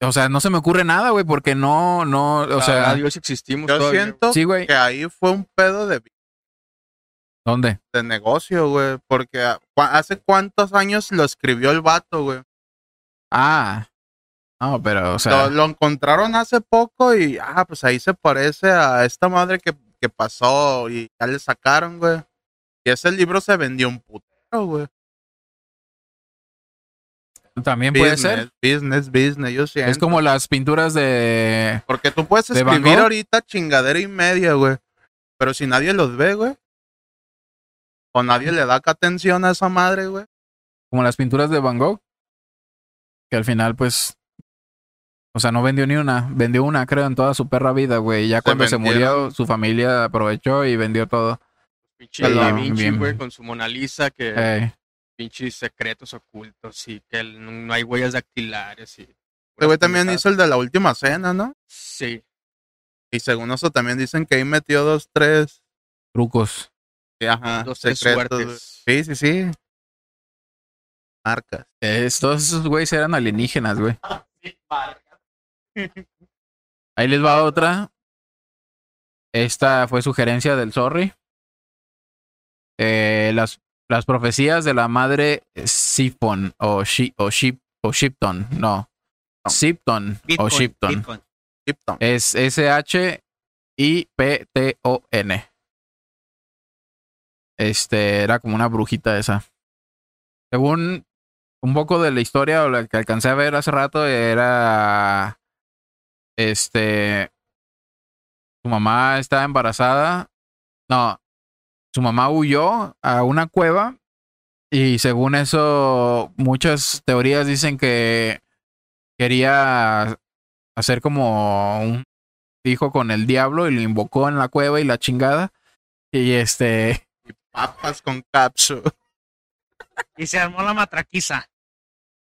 [SPEAKER 2] O sea, no se me ocurre nada, güey, porque no, no, o sea.
[SPEAKER 5] a Dios ah, existimos
[SPEAKER 3] Yo
[SPEAKER 5] todavía, güey.
[SPEAKER 3] siento
[SPEAKER 2] Sí, güey.
[SPEAKER 3] que ahí fue un pedo de,
[SPEAKER 2] ¿Dónde?
[SPEAKER 3] de negocio, güey. Porque a- cua- hace cuántos años lo escribió el vato, güey.
[SPEAKER 2] Ah. No, pero, o sea.
[SPEAKER 3] lo, lo encontraron hace poco y, ah, pues ahí se parece a esta madre que, que pasó y ya le sacaron, güey. Y ese libro se vendió un putero, güey.
[SPEAKER 2] También puede
[SPEAKER 3] Business,
[SPEAKER 2] ser.
[SPEAKER 3] business, business, yo siento.
[SPEAKER 2] Es como las pinturas de.
[SPEAKER 3] Porque tú puedes
[SPEAKER 2] ¿De Van
[SPEAKER 3] escribir
[SPEAKER 2] Gogh?
[SPEAKER 3] ahorita chingadera y media, güey. Pero si nadie los ve, güey. O nadie le da atención a esa madre, güey.
[SPEAKER 2] Como las pinturas de Van Gogh. Que al final, pues. O sea, no vendió ni una. Vendió una, creo, en toda su perra vida, güey. Y Ya
[SPEAKER 3] Se
[SPEAKER 2] cuando se
[SPEAKER 3] vendieron.
[SPEAKER 2] murió, su familia aprovechó y vendió todo.
[SPEAKER 5] Pinche Da
[SPEAKER 2] Perdón,
[SPEAKER 5] Vinci,
[SPEAKER 2] bien.
[SPEAKER 5] güey, con su Mona Lisa, que
[SPEAKER 2] Eh,
[SPEAKER 5] pinches secretos ocultos y que el- no hay huellas dactilares. Y
[SPEAKER 3] Este güey también hizo el de la última cena, ¿no?
[SPEAKER 5] Sí,
[SPEAKER 3] Y según eso también dicen que ahí metió dos, tres.
[SPEAKER 2] trucos.
[SPEAKER 3] sí, Ajá,
[SPEAKER 5] dos, tres
[SPEAKER 3] secretos. güey.
[SPEAKER 5] suertes.
[SPEAKER 3] Sí, sí, sí. Marcas.
[SPEAKER 2] Es- todos esos güeyes eran alienígenas, güey. Ahí les va otra. Esta fue sugerencia del Sorry. Eh, las, las profecías de la madre Sipon o, Shi- o, Ship, o Shipton. No.
[SPEAKER 3] No.
[SPEAKER 2] Sipton o
[SPEAKER 1] Bitcoin,
[SPEAKER 2] Shipton.
[SPEAKER 1] Bitcoin.
[SPEAKER 3] Krypton.
[SPEAKER 2] Es S-H-I-P-T-O-N. Este, era como una brujita esa. Según un poco de la historia o la que alcancé a ver hace rato, era. Este. Su mamá estaba embarazada. No. Su mamá huyó a una cueva. Y según eso, muchas teorías dicen que quería hacer como un hijo con el diablo y lo invocó en la cueva y la chingada. Y este,
[SPEAKER 3] Y papas con capsu.
[SPEAKER 1] Y se armó la matraquiza.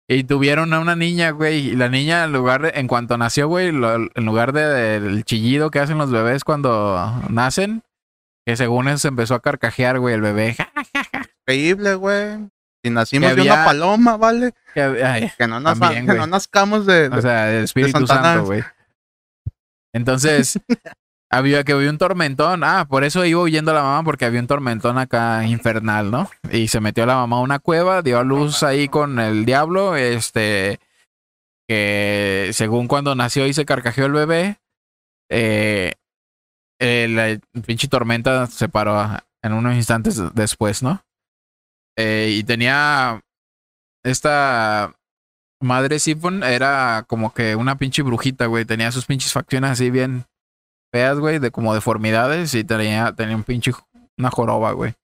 [SPEAKER 2] y tuvieron a una niña, güey. Y la niña, en lugar, de- en cuanto nació, güey, lo- en lugar de- del chillido que hacen los bebés cuando nacen, que según eso se empezó a carcajear, güey, el bebé.
[SPEAKER 3] Increíble, güey. Si nacimos
[SPEAKER 2] Que
[SPEAKER 3] de una
[SPEAKER 2] había-
[SPEAKER 3] paloma, ¿vale?
[SPEAKER 2] Que- ay,
[SPEAKER 3] Que no, nos,
[SPEAKER 2] También,
[SPEAKER 3] que
[SPEAKER 2] güey.
[SPEAKER 3] no nazcamos de... de-
[SPEAKER 2] o sea, el Espíritu
[SPEAKER 3] Santana.
[SPEAKER 2] Santo, güey. Entonces, había que había un tormentón. Ah, por eso iba huyendo la mamá, porque había un tormentón acá infernal, ¿no? Y se metió la mamá a una cueva, dio a luz ahí con el diablo, este, que según cuando nació y se carcajeó el bebé, eh, eh, la pinche tormenta se paró a- en unos instantes después, ¿no? Eh, y tenía esta madre Sifon, era como que una pinche brujita, güey, tenía sus pinches facciones así bien feas, güey, de como deformidades y tenía, tenía un pinche jo- una joroba, güey.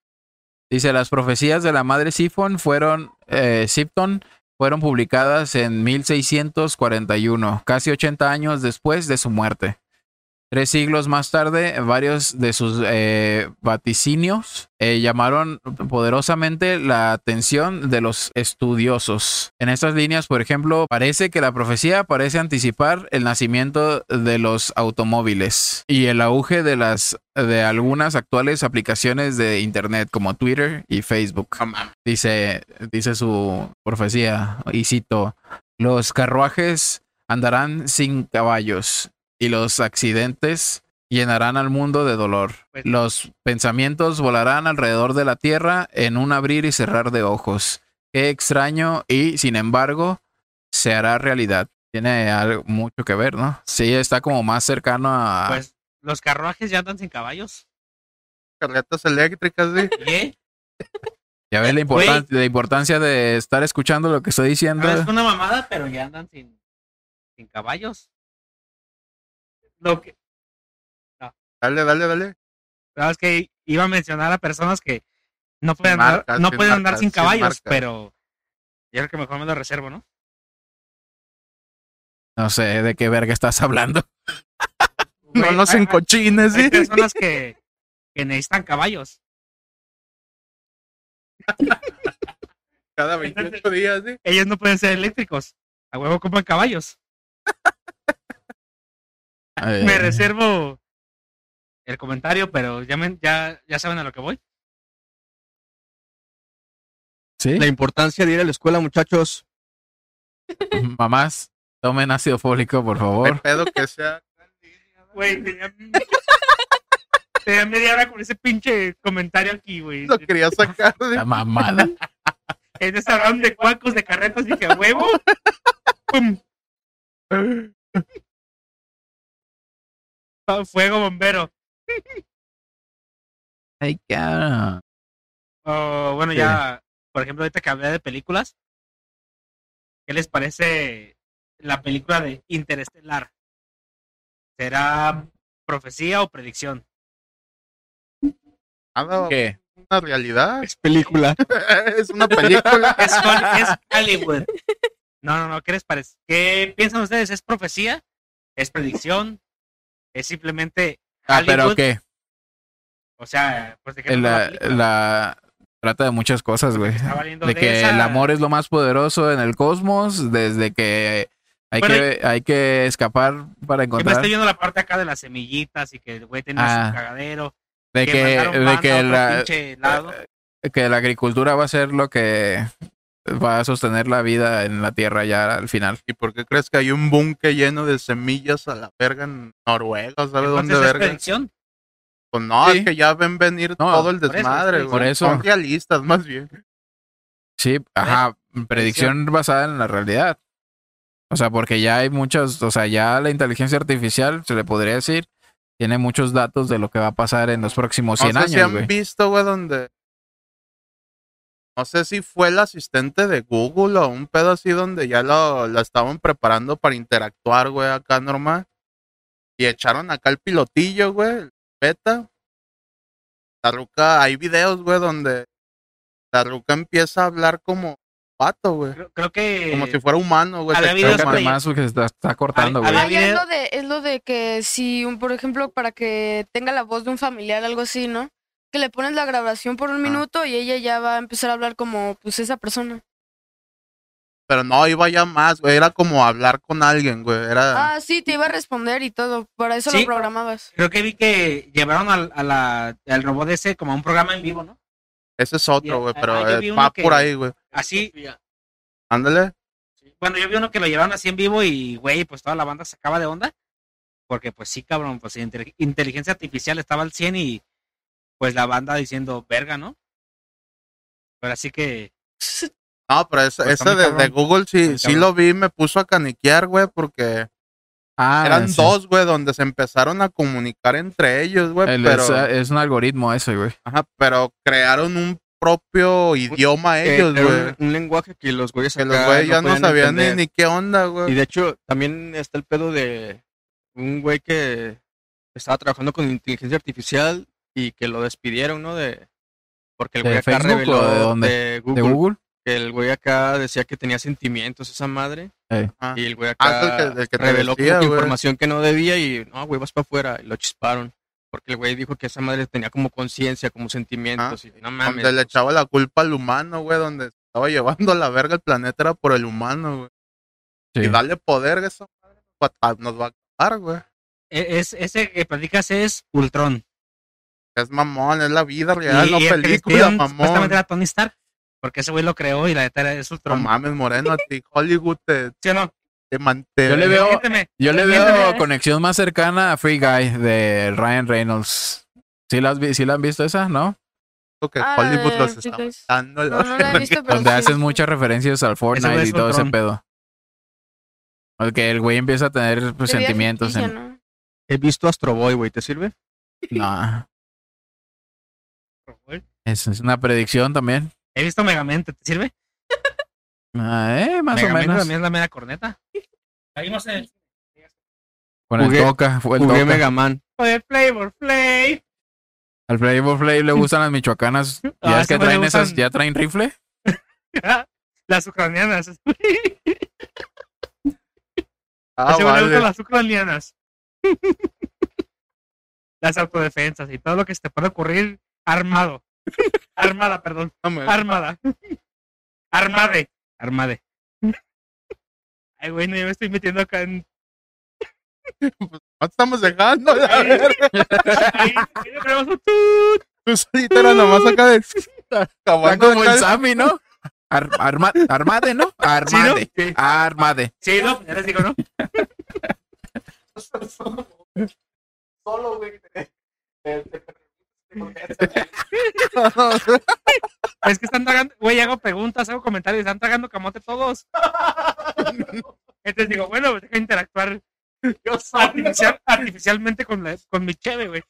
[SPEAKER 2] Dice, las profecías de la madre Sifon fueron, eh, Sipton, fueron publicadas en 1641, casi 80 años después de su muerte. Tres siglos más tarde, varios de sus eh, vaticinios eh, llamaron poderosamente la atención de los estudiosos. En estas líneas, por ejemplo, parece que la profecía parece anticipar el nacimiento de los automóviles y el auge de las de algunas actuales aplicaciones de internet como Twitter y Facebook. Dice dice su profecía y cito: los carruajes andarán sin caballos y los accidentes llenarán al mundo de dolor.
[SPEAKER 1] Pues-
[SPEAKER 2] Los pensamientos volarán alrededor de la tierra en un abrir y cerrar de ojos. Qué extraño y, sin embargo, se hará realidad. Tiene algo, mucho que ver, ¿no? Sí, está como más cercano a...
[SPEAKER 1] Pues los carruajes ya andan sin caballos.
[SPEAKER 3] Carretas eléctricas, sí.
[SPEAKER 1] ¿Y, eh?
[SPEAKER 2] ya ves la,
[SPEAKER 1] güey.
[SPEAKER 2] importan- la importancia de estar escuchando lo que estoy
[SPEAKER 1] A
[SPEAKER 2] diciendo.
[SPEAKER 1] ver, es una mamada, pero ya andan sin, sin caballos. Lo que,
[SPEAKER 3] Dale, dale, dale.
[SPEAKER 1] sabes que iba a mencionar a personas que no pueden andar,
[SPEAKER 3] marcas,
[SPEAKER 1] no
[SPEAKER 3] sin
[SPEAKER 1] pueden andar
[SPEAKER 3] marcas,
[SPEAKER 1] sin
[SPEAKER 3] sin
[SPEAKER 1] caballos,
[SPEAKER 3] marcas.
[SPEAKER 1] pero yo creo que mejor me lo reservo, ¿no?
[SPEAKER 2] No sé de qué verga estás hablando.
[SPEAKER 3] No
[SPEAKER 1] Güey,
[SPEAKER 3] nos
[SPEAKER 1] hay-
[SPEAKER 3] encochines,
[SPEAKER 1] Hay
[SPEAKER 3] sí.
[SPEAKER 1] personas que, que necesitan caballos.
[SPEAKER 3] Cada 28 días, sí.
[SPEAKER 1] Ellos no pueden ser eléctricos. A huevo compran caballos.
[SPEAKER 2] Eh,
[SPEAKER 1] Me reservo el comentario, pero ya, me- ya, ya saben a lo que voy.
[SPEAKER 2] ¿Sí?
[SPEAKER 5] La importancia de ir a la escuela, muchachos.
[SPEAKER 2] Mamás, tomen ácido fólico, por
[SPEAKER 3] No hay
[SPEAKER 2] favor.
[SPEAKER 3] pedo que sea.
[SPEAKER 1] Güey, tenía, tenía media hora con ese pinche comentario aquí, güey.
[SPEAKER 3] Lo quería sacar. sí.
[SPEAKER 2] La mamada.
[SPEAKER 1] En ese round de cuacos, de carretas, dije, "¿A huevo. Pum. Ah, Fuego bombero.
[SPEAKER 2] Ay, cabrón.
[SPEAKER 1] Oh, bueno,
[SPEAKER 2] Sí.
[SPEAKER 1] ya, por ejemplo, ahorita que hablé de películas, ¿qué les parece la película de Interestelar? ¿Será profecía o predicción?
[SPEAKER 3] Nada,
[SPEAKER 2] ¿Qué?
[SPEAKER 3] una realidad.
[SPEAKER 5] Es película.
[SPEAKER 3] es una película.
[SPEAKER 1] Es, Hol- es Hollywood. No, no, no, ¿qué les parece? ¿Qué piensan ustedes? ¿Es profecía? ¿Es predicción? ¿Es simplemente
[SPEAKER 2] Ah,
[SPEAKER 1] Hollywood?
[SPEAKER 2] pero qué.
[SPEAKER 1] O sea, pues de que no
[SPEAKER 2] La,
[SPEAKER 1] la película,
[SPEAKER 2] la trata de muchas cosas, güey.
[SPEAKER 1] está valiendo
[SPEAKER 2] De que
[SPEAKER 1] esa.
[SPEAKER 2] el amor es lo más poderoso en el cosmos, desde que hay,
[SPEAKER 1] Bueno,
[SPEAKER 2] que, hay que escapar para
[SPEAKER 1] Yo me
[SPEAKER 2] encontrar.
[SPEAKER 1] estoy viendo la parte acá de las semillitas y que el güey tenía
[SPEAKER 2] Ah.
[SPEAKER 1] su cagadero.
[SPEAKER 2] De que,
[SPEAKER 1] mandaron
[SPEAKER 2] de
[SPEAKER 1] pan a
[SPEAKER 2] que,
[SPEAKER 1] otro
[SPEAKER 2] la, eh,
[SPEAKER 1] pinche lado.
[SPEAKER 2] que la agricultura va a ser lo que va a sostener la vida en la tierra ya al final.
[SPEAKER 3] ¿Y por qué crees que hay un búnker lleno de semillas a la verga en Noruega? ¿Sabes dónde
[SPEAKER 1] Entonces es
[SPEAKER 3] verga?
[SPEAKER 1] predicción.
[SPEAKER 3] Pues no,
[SPEAKER 2] Sí.
[SPEAKER 3] es que ya ven venir todo el
[SPEAKER 1] por eso,
[SPEAKER 3] desmadre,
[SPEAKER 1] por
[SPEAKER 3] güey.
[SPEAKER 2] eso.
[SPEAKER 3] Son realistas, más bien.
[SPEAKER 2] Sí, ajá, predicción basada en la realidad. O sea, porque ya hay muchos, o sea, ya la inteligencia artificial, se le podría decir, tiene muchos datos de lo que va a pasar en los próximos 100
[SPEAKER 3] no sé si
[SPEAKER 2] años,
[SPEAKER 3] han
[SPEAKER 2] güey.
[SPEAKER 3] visto, güey, donde... No sé si fue el asistente de Google o un pedo así donde ya lo, la estaban preparando para interactuar, güey, acá normal. Y echaron acá el pilotillo, güey, el beta. La ruca, hay videos, güey, donde la ruca empieza a hablar como pato, güey.
[SPEAKER 1] Creo, creo que.
[SPEAKER 3] Como si fuera humano, güey.
[SPEAKER 1] había
[SPEAKER 2] Creo
[SPEAKER 3] se creó
[SPEAKER 1] videos
[SPEAKER 2] que
[SPEAKER 1] Dios,
[SPEAKER 3] humano.
[SPEAKER 1] güey.
[SPEAKER 2] además que se está, está cortando,
[SPEAKER 1] Ale-
[SPEAKER 2] güey.
[SPEAKER 1] ale-
[SPEAKER 4] Ah, ya es
[SPEAKER 1] video-
[SPEAKER 4] lo de, es lo de que si, un, por ejemplo, para que tenga la voz de un familiar, algo así, ¿no? Que le pones la grabación por un minuto y ella ya va a empezar a hablar como, pues, esa persona.
[SPEAKER 3] Pero no iba ya más, güey. Era como hablar con alguien, güey. Era.
[SPEAKER 4] Ah, sí, te iba a responder y todo. Para eso
[SPEAKER 1] Sí.
[SPEAKER 4] lo programabas.
[SPEAKER 1] Creo que vi que llevaron al, a la, al robot ese como a un programa en vivo, ¿no?
[SPEAKER 3] ese es
[SPEAKER 1] ya-
[SPEAKER 3] otro, güey.
[SPEAKER 1] ah,
[SPEAKER 3] Pero
[SPEAKER 1] yo
[SPEAKER 3] eh,
[SPEAKER 1] vi uno
[SPEAKER 3] va
[SPEAKER 1] que-
[SPEAKER 3] por ahí, güey.
[SPEAKER 1] Así,
[SPEAKER 3] Ándale.
[SPEAKER 1] bueno, yo vi uno que lo llevaron así en vivo y, güey, pues toda la banda se acaba de onda. Porque, pues sí, cabrón, pues intel- inteligencia artificial estaba al 100 y, pues la banda diciendo, verga, ¿no? Pero así que,
[SPEAKER 3] No, pero ese,
[SPEAKER 2] Pues está
[SPEAKER 3] ese
[SPEAKER 2] muy
[SPEAKER 3] de, de
[SPEAKER 2] cabrón.
[SPEAKER 3] Google sí,
[SPEAKER 2] muy
[SPEAKER 3] sí
[SPEAKER 2] cabrón.
[SPEAKER 3] lo vi. Me puso a caniquear, güey. Porque
[SPEAKER 2] Ah,
[SPEAKER 3] eran
[SPEAKER 2] sí.
[SPEAKER 3] dos, güey. Donde se empezaron a comunicar entre ellos, güey.
[SPEAKER 2] El-
[SPEAKER 3] Pero,
[SPEAKER 2] es, es un algoritmo ese, güey.
[SPEAKER 3] ajá, pero crearon un propio idioma
[SPEAKER 5] Que
[SPEAKER 3] ellos,
[SPEAKER 5] era eh, un-
[SPEAKER 3] güey.
[SPEAKER 5] un, lenguaje que los güeyes
[SPEAKER 3] Que los
[SPEAKER 5] acá
[SPEAKER 3] güeyes ya no
[SPEAKER 5] podían
[SPEAKER 3] sabían ni,
[SPEAKER 5] entender.
[SPEAKER 3] ni qué onda,
[SPEAKER 5] Y
[SPEAKER 3] güey.
[SPEAKER 5] de hecho, también está el pedo de un güey que estaba trabajando con inteligencia artificial y que lo despidieron, ¿no? De porque el
[SPEAKER 2] ¿De
[SPEAKER 5] güey acá
[SPEAKER 2] Facebook
[SPEAKER 5] reveló
[SPEAKER 2] o de dónde?
[SPEAKER 5] de Google,
[SPEAKER 2] ¿De Google?
[SPEAKER 5] que el güey acá decía que tenía sentimientos esa madre.
[SPEAKER 3] Ajá.
[SPEAKER 5] Y el güey
[SPEAKER 3] Ah,
[SPEAKER 5] acá
[SPEAKER 3] es el que- el que te
[SPEAKER 5] reveló como
[SPEAKER 3] decía,
[SPEAKER 5] que
[SPEAKER 3] güey.
[SPEAKER 5] información que no debía y no, güey, vas para afuera. Y lo chisparon. Porque el güey dijo que esa madre tenía como conciencia,
[SPEAKER 3] Ah.
[SPEAKER 5] como sentimientos. y no mames.
[SPEAKER 3] Donde le echaba la culpa al humano, güey, donde se estaba llevando la verga el planeta era por el humano, güey.
[SPEAKER 2] Sí.
[SPEAKER 3] Y darle poder a esa madre nos va a- nos va a acabar, güey.
[SPEAKER 1] E- Es, ese que platicas es Ultron.
[SPEAKER 3] Es mamón, es la vida real,
[SPEAKER 1] Y-
[SPEAKER 3] no
[SPEAKER 1] y el
[SPEAKER 3] película,
[SPEAKER 1] Cristian
[SPEAKER 3] mamón.
[SPEAKER 1] Supuestamente era Tony Stark. Porque ese güey lo creó y la neta es
[SPEAKER 3] No
[SPEAKER 1] Ultron.
[SPEAKER 3] mames, Moreno, a ti Hollywood te,
[SPEAKER 1] ¿Sí o no?
[SPEAKER 3] te mantiene.
[SPEAKER 2] Yo le veo-
[SPEAKER 1] Miénteme.
[SPEAKER 2] Yo le veo
[SPEAKER 4] Miénteme.
[SPEAKER 2] conexión más cercana a Free Guy de Ryan Reynolds. ¿Sí la, has vi- sí la han visto esa, no?
[SPEAKER 3] que
[SPEAKER 4] Ah,
[SPEAKER 3] Hollywood los
[SPEAKER 4] sí,
[SPEAKER 3] está
[SPEAKER 4] que es-
[SPEAKER 3] matando. la
[SPEAKER 4] No, no la he visto, pero
[SPEAKER 2] Donde
[SPEAKER 4] sí.
[SPEAKER 2] hacen muchas referencias al Fortnite
[SPEAKER 1] es
[SPEAKER 2] y todo ese
[SPEAKER 1] Ultron.
[SPEAKER 2] pedo. Porque el güey empieza a tener pues,
[SPEAKER 4] Bebida
[SPEAKER 2] sentimientos.
[SPEAKER 4] ficticia,
[SPEAKER 2] en-
[SPEAKER 4] ¿no?
[SPEAKER 5] He visto Astro Boy, güey, ¿te sirve?
[SPEAKER 2] No, es, es una predicción también.
[SPEAKER 1] He visto Megamente, ¿te sirve?
[SPEAKER 2] Ah, eh, más o
[SPEAKER 1] Megamente
[SPEAKER 2] menos.
[SPEAKER 1] también es la mera corneta. Ahí no sé.
[SPEAKER 2] Con el
[SPEAKER 5] Jugué-
[SPEAKER 2] toca, fue el
[SPEAKER 5] Jugué
[SPEAKER 2] toca.
[SPEAKER 5] Mega Man.
[SPEAKER 1] Joder, play por play.
[SPEAKER 2] Al Playboy Play le gustan las michoacanas. ¿Ya
[SPEAKER 1] Ah,
[SPEAKER 2] es que
[SPEAKER 1] ese güey le
[SPEAKER 2] traen esas?
[SPEAKER 1] gustan-
[SPEAKER 2] ¿Ya traen rifle?
[SPEAKER 1] Las ucranianas.
[SPEAKER 3] Ah,
[SPEAKER 1] Ese güey le
[SPEAKER 3] vale.
[SPEAKER 1] gustan las ucranianas. las autodefensas y todo lo que se te puede ocurrir armado. Armada, perdón.
[SPEAKER 3] No me-
[SPEAKER 1] Armada. Armade. Armade. Ay, güey, no, yo me estoy metiendo acá en.
[SPEAKER 3] no estamos dejando, la verga.
[SPEAKER 1] Ahí, ahí le ponemos un tut.
[SPEAKER 3] Tú solita era nomás acá de.
[SPEAKER 2] Está
[SPEAKER 3] Acabando
[SPEAKER 2] como
[SPEAKER 3] acá
[SPEAKER 2] el
[SPEAKER 3] de-
[SPEAKER 2] Sammy, ¿no? Ar- arma- armade, ¿no?
[SPEAKER 1] ¿Sí, no?
[SPEAKER 2] Armade.
[SPEAKER 1] Sí.
[SPEAKER 2] Armade.
[SPEAKER 1] Sí, no, ya les digo, ¿no?
[SPEAKER 3] Ah,
[SPEAKER 1] Es que están tragando, güey, hago preguntas, hago comentarios, están tragando camote todos. Entonces digo, bueno, pues, deja de interactuar artificial- artificialmente con, la- con mi cheve, güey.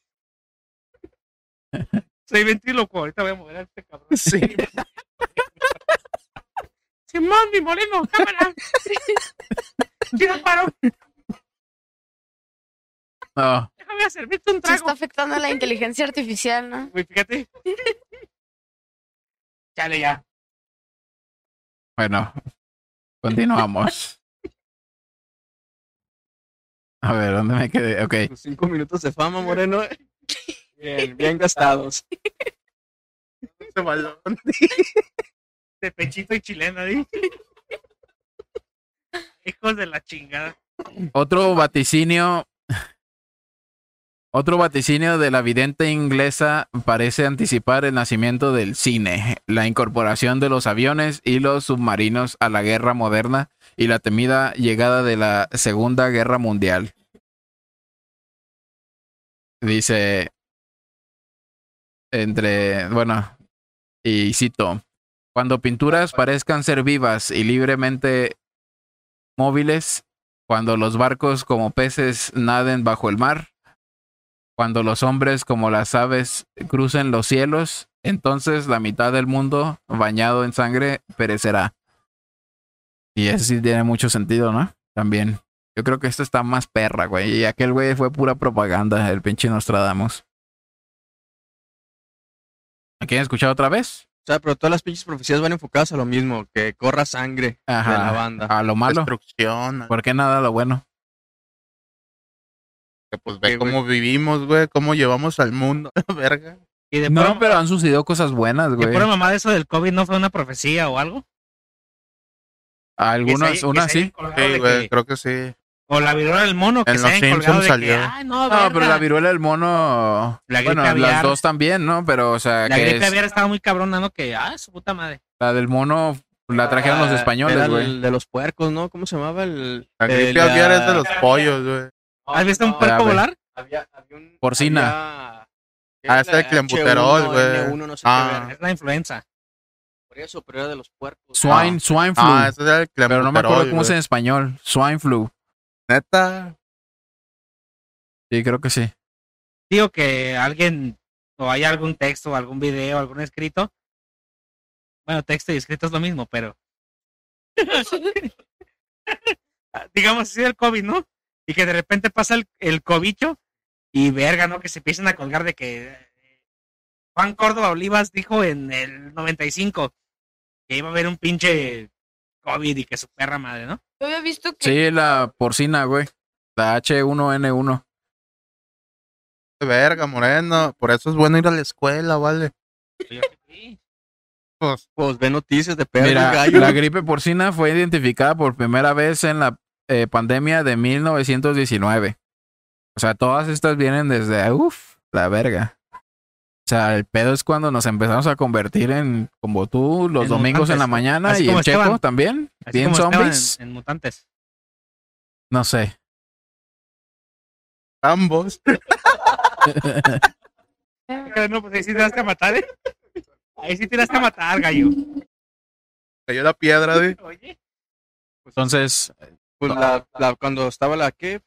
[SPEAKER 1] Soy ventríloco, ahorita voy a mover a este cabrón.
[SPEAKER 3] Sí,
[SPEAKER 1] Simón, mi moreno, cámara. Tira paro,
[SPEAKER 2] No.
[SPEAKER 1] déjame servirte un
[SPEAKER 4] Se está
[SPEAKER 1] trago.
[SPEAKER 4] afectando la inteligencia artificial, ¿no?
[SPEAKER 1] Güey, fíjate. Chale ya.
[SPEAKER 2] Bueno, continuamos. A ver, ¿dónde me quedé? Ok.
[SPEAKER 5] Tus cinco minutos de fama, Moreno. Bien, bien gastados.
[SPEAKER 3] ese balón.
[SPEAKER 1] De pechito y chilena, di. Hijos de la chingada.
[SPEAKER 2] Otro vaticinio. Otro vaticinio de la vidente inglesa parece anticipar el nacimiento del cine, la incorporación de los aviones y los submarinos a la guerra moderna y la temida llegada de la Segunda Guerra Mundial. Dice, entre, bueno, y cito, cuando pinturas parezcan ser vivas y libremente móviles, cuando los barcos como peces naden bajo el mar, cuando los hombres como las aves crucen los cielos, entonces la mitad del mundo bañado en sangre perecerá. Y eso sí tiene mucho sentido, ¿no? También. Yo creo que esto está más perra, güey. Y aquel güey fue pura propaganda, el pinche Nostradamus. ¿Me quieren escuchar otra vez?
[SPEAKER 5] O sea, pero todas las pinches profecías van enfocadas a lo mismo, que corra sangre de la banda.
[SPEAKER 2] A lo
[SPEAKER 3] Ah,
[SPEAKER 2] malo.
[SPEAKER 3] Destrucción.
[SPEAKER 2] ¿Por qué nada lo bueno?
[SPEAKER 3] que, pues ve
[SPEAKER 5] Sí, güey.
[SPEAKER 3] cómo vivimos, güey, cómo llevamos al mundo, la verga.
[SPEAKER 1] Y de
[SPEAKER 2] No,
[SPEAKER 1] pura-
[SPEAKER 2] pero han sucedido cosas buenas,
[SPEAKER 1] ¿Y
[SPEAKER 2] güey.
[SPEAKER 1] pura mamá de eso del COVID no fue una profecía o algo? Que se
[SPEAKER 2] Algunas,
[SPEAKER 1] hayan- que
[SPEAKER 2] unas
[SPEAKER 1] se hayan
[SPEAKER 2] sí.
[SPEAKER 1] colgado de
[SPEAKER 3] Sí, güey,
[SPEAKER 1] que-
[SPEAKER 3] creo que sí.
[SPEAKER 1] O la viruela del mono, que
[SPEAKER 3] En
[SPEAKER 1] se
[SPEAKER 3] los
[SPEAKER 1] hayan colgado
[SPEAKER 3] Simpsons
[SPEAKER 1] de que,
[SPEAKER 3] salió.
[SPEAKER 1] ay, no,
[SPEAKER 2] No, pero la
[SPEAKER 1] viruela,
[SPEAKER 2] viruela del mono.
[SPEAKER 1] La gripe
[SPEAKER 2] bueno, las
[SPEAKER 1] aviar.
[SPEAKER 2] dos también, ¿no? Pero, o sea,
[SPEAKER 1] la
[SPEAKER 2] que
[SPEAKER 1] gripe
[SPEAKER 2] es-
[SPEAKER 1] aviar estaba muy cabrona, ¿no? Que, ah, su puta madre.
[SPEAKER 2] la del mono la trajeron los
[SPEAKER 5] Ah, era
[SPEAKER 2] españoles,
[SPEAKER 5] el
[SPEAKER 2] güey.
[SPEAKER 5] de los puercos, ¿no? ¿Cómo se llamaba el...?
[SPEAKER 3] La
[SPEAKER 5] el-
[SPEAKER 3] gripe aviar es de los pollos, güey.
[SPEAKER 1] ¿Has visto Ah, un
[SPEAKER 5] no,
[SPEAKER 1] puerco
[SPEAKER 2] ya, güey.
[SPEAKER 1] volar?
[SPEAKER 5] Había, había un...
[SPEAKER 2] Porcina.
[SPEAKER 5] había-
[SPEAKER 3] Ah, ese de
[SPEAKER 5] H1N1,
[SPEAKER 3] clenbuterol, güey.
[SPEAKER 5] N1, no sé
[SPEAKER 3] Ah.
[SPEAKER 5] qué verga.
[SPEAKER 1] Es la influenza.
[SPEAKER 5] Por eso, pero era de los puercos.
[SPEAKER 2] Swine, swine flu.
[SPEAKER 3] Ah, ese es el
[SPEAKER 2] pero no me acuerdo cómo es en
[SPEAKER 3] se...
[SPEAKER 2] español. Swine flu.
[SPEAKER 3] Neta.
[SPEAKER 2] Sí, creo que sí.
[SPEAKER 1] Digo que alguien, o hay algún texto, algún video, algún escrito. Bueno, texto y escrito es lo mismo, pero. Digamos así del COVID, ¿no? Y que de repente pasa el, el cobicho y verga, ¿no? Que se empiecen a colgar de que eh, Juan Córdoba Olivas dijo en el 95 que iba a haber un pinche COVID y que su perra madre, ¿no?
[SPEAKER 4] Yo había visto que
[SPEAKER 2] Sí, la porcina, güey. La H1N1.
[SPEAKER 3] De verga, Moreno. Por eso es bueno ir a la escuela, vale. Pues,
[SPEAKER 5] Pues ve noticias de perro y
[SPEAKER 2] Mira,
[SPEAKER 5] gallo.
[SPEAKER 2] la gripe porcina fue identificada por primera vez en la eh, pandemia de 1919. O sea, todas estas vienen desde, uff, la verga. O sea, el pedo es cuando nos empezamos a convertir en, como tú, los
[SPEAKER 1] En
[SPEAKER 2] domingos en la
[SPEAKER 1] mutantes.
[SPEAKER 2] mañana
[SPEAKER 1] Así
[SPEAKER 2] y
[SPEAKER 1] como
[SPEAKER 2] el checo
[SPEAKER 1] Esteban.
[SPEAKER 2] también.
[SPEAKER 1] Así
[SPEAKER 2] Bien
[SPEAKER 1] como estaban
[SPEAKER 2] zombies.
[SPEAKER 1] en, en mutantes.
[SPEAKER 2] No sé.
[SPEAKER 3] ambos.
[SPEAKER 1] No, pues ahí sí te vas a matar, ¿eh? Ahí sí te vas a matar, gallo.
[SPEAKER 3] Cayó la piedra,
[SPEAKER 5] Ah,
[SPEAKER 3] di.
[SPEAKER 1] Oye.
[SPEAKER 2] Entonces,
[SPEAKER 5] Pues la- la- cuando estaba la que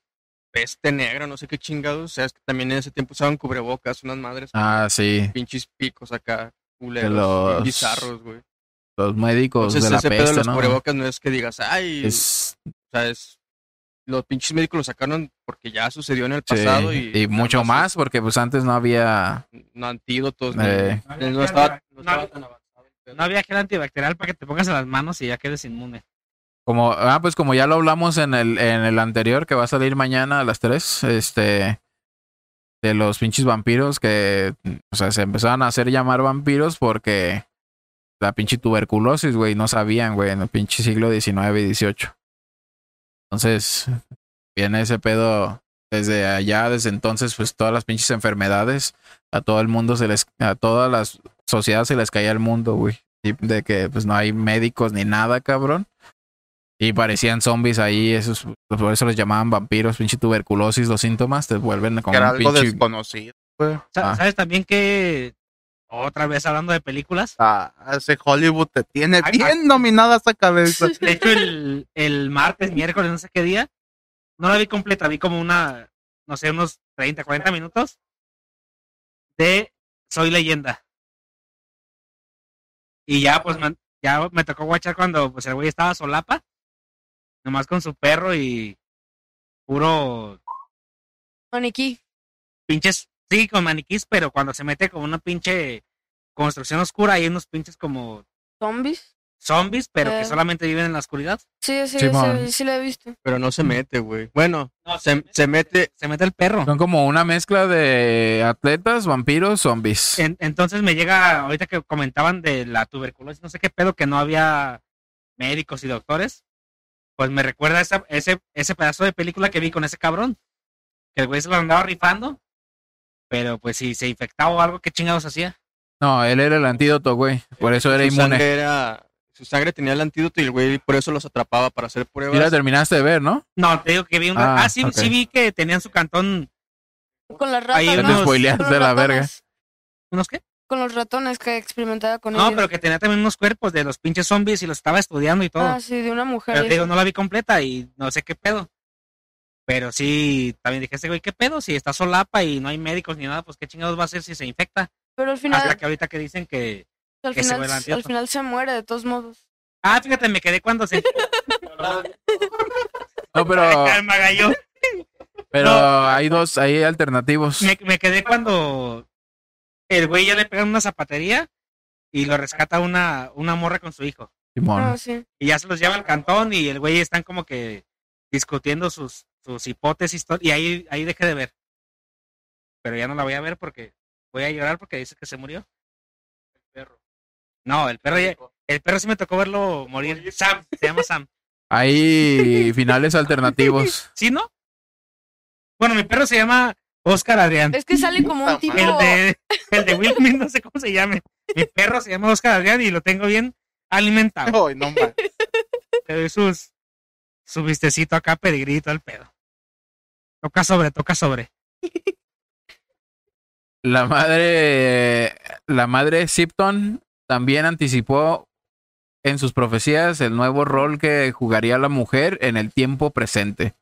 [SPEAKER 5] peste negra, no sé qué chingados. O sea, es que también en ese tiempo usaban cubrebocas, unas madres,
[SPEAKER 2] ah, sí,
[SPEAKER 5] pinches picos acá, culeros,
[SPEAKER 2] De los-
[SPEAKER 5] bien bizarros, güey.
[SPEAKER 2] los médicos
[SPEAKER 5] Entonces
[SPEAKER 2] de la
[SPEAKER 5] ese pedo de
[SPEAKER 2] peste,
[SPEAKER 5] los
[SPEAKER 2] ¿no?
[SPEAKER 5] cubrebocas no es que digas, ay,
[SPEAKER 2] Es,
[SPEAKER 5] o sea, es- los pinches médicos lo sacaron porque ya sucedió en el
[SPEAKER 2] sí,
[SPEAKER 5] pasado y,
[SPEAKER 2] y mucho más, porque pues antes no había...
[SPEAKER 5] No antídotos, ni-
[SPEAKER 2] eh,
[SPEAKER 5] no estaba, no estaba tan avanzado.
[SPEAKER 1] No había gel antibacterial para que te pongas en las manos y ya quedes inmune.
[SPEAKER 2] Como, ah, pues como ya lo hablamos en el, en el anterior, que va a salir mañana a las 3, este, de los pinches vampiros que, o sea, se empezaban a hacer llamar vampiros porque la pinche tuberculosis, güey, no sabían, güey, en el pinche siglo XIX y XVIII. Entonces, viene ese pedo desde allá, desde entonces, pues todas las pinches enfermedades, a todo el mundo se les, a todas las sociedades se les caía el mundo, güey. Y De que pues no hay médicos ni nada, cabrón. Y parecían zombies ahí, esos, por eso los llamaban vampiros, pinche tuberculosis, los síntomas te vuelven
[SPEAKER 3] Que
[SPEAKER 2] como
[SPEAKER 3] era
[SPEAKER 2] un
[SPEAKER 3] algo
[SPEAKER 2] pinche
[SPEAKER 3] desconocido. güey.
[SPEAKER 1] Sa-
[SPEAKER 2] Ah.
[SPEAKER 1] ¿Sabes también que otra vez hablando de películas?
[SPEAKER 3] Ah, ese Hollywood te tiene
[SPEAKER 1] Ay,
[SPEAKER 3] bien dominada esa cabeza.
[SPEAKER 1] De hecho, el, el martes, miércoles, no sé qué día, no la vi completa, vi como una, no sé, unos 30, 40 minutos de Soy Leyenda. Y ya, pues, man- ya me tocó guachar cuando pues el güey estaba solapa, nomás con su perro y puro
[SPEAKER 4] maniquí.
[SPEAKER 1] pinches, sí, con maniquís, pero cuando se mete con una pinche construcción oscura, hay unos pinches como
[SPEAKER 4] ¿Zombies?
[SPEAKER 1] zombies, pero que
[SPEAKER 4] Eh.
[SPEAKER 1] solamente viven en la oscuridad.
[SPEAKER 4] Sí, sí,
[SPEAKER 2] Simón.
[SPEAKER 4] sí, sí lo he visto.
[SPEAKER 5] Pero no se mete, güey. Bueno, se, se mete,
[SPEAKER 1] Se mete el perro.
[SPEAKER 2] Son como una mezcla de atletas, vampiros, zombies.
[SPEAKER 1] En- entonces me llega, ahorita que comentaban de la tuberculosis, no sé qué pedo, que no había médicos y doctores, pues me recuerda esa- ese, ese pedazo de película que vi con ese cabrón, que el güey se lo andaba rifando, pero pues si se infectaba o algo, ¿qué chingados hacía?
[SPEAKER 2] No, él era el antídoto, güey. Por eso era
[SPEAKER 5] su
[SPEAKER 2] inmune.
[SPEAKER 5] sangre era- su sangre tenía el antídoto y el güey por eso los atrapaba para hacer
[SPEAKER 2] Y la
[SPEAKER 5] pruebas.
[SPEAKER 2] terminaste de ver, ¿no?
[SPEAKER 1] No, te digo que vi una...
[SPEAKER 2] Ah,
[SPEAKER 1] Ah, sí,
[SPEAKER 2] ok.
[SPEAKER 1] sí vi que tenían su cantón,
[SPEAKER 4] Con las
[SPEAKER 1] Ahí
[SPEAKER 4] ratas,
[SPEAKER 1] unos-
[SPEAKER 4] ¿no?
[SPEAKER 1] Te
[SPEAKER 2] spoileaste
[SPEAKER 4] Con los
[SPEAKER 2] la verga.
[SPEAKER 4] ratones,
[SPEAKER 1] ¿unos qué?
[SPEAKER 4] Con los ratones que experimentaba con
[SPEAKER 1] No,
[SPEAKER 4] ellos.
[SPEAKER 1] pero que tenía también unos cuerpos de los pinches zombies y los estaba estudiando y todo.
[SPEAKER 4] Ah, sí, de una mujer.
[SPEAKER 1] Pero te digo, no la vi completa y no sé qué pedo. Pero sí, también dije, este güey, ¿qué pedo? Si está solapa y no hay médicos ni nada, pues qué chingados va a hacer si se infecta.
[SPEAKER 4] Pero al final,
[SPEAKER 1] Hasta que ahorita que dicen que...
[SPEAKER 4] al,
[SPEAKER 1] que se
[SPEAKER 4] final,
[SPEAKER 1] vuela
[SPEAKER 4] al
[SPEAKER 1] antídoto.
[SPEAKER 4] final se muere de todos modos.
[SPEAKER 1] Ah, fíjate, me quedé cuando se...
[SPEAKER 2] No, pero,
[SPEAKER 1] Calma, gallo.
[SPEAKER 2] pero
[SPEAKER 1] No.
[SPEAKER 2] hay dos, hay alternativos.
[SPEAKER 1] Me, me quedé cuando el güey ya le pegan una zapatería y lo rescata una, una morra con su hijo.
[SPEAKER 2] Simón.
[SPEAKER 4] No, Ah, sí.
[SPEAKER 1] Y ya se los lleva al cantón y el güey están como que discutiendo sus, sus hipótesis. to- Y ahí, ahí dejé de ver. Pero ya no la voy a ver porque voy a llorar porque dice que se murió. El perro. No, el perro, ya- el perro sí me tocó verlo morir. Sam, se llama Sam.
[SPEAKER 2] Hay finales alternativos.
[SPEAKER 1] ¿Sí, no? Bueno, mi perro se llama Oscar Adrián.
[SPEAKER 4] Es que sale como un tipo.
[SPEAKER 3] Puta
[SPEAKER 1] El de, el de Will Smith, no sé cómo se llame. Mi perro se llama Oscar Adrián y lo tengo bien alimentado.
[SPEAKER 3] Ay, no, man.
[SPEAKER 1] Te doy sus, su vistecito acá, pedigrito al pedo. Toca sobre, toca sobre.
[SPEAKER 2] La madre, la madre Sipton también anticipó en sus profecías el nuevo rol que jugaría la mujer en el tiempo presente.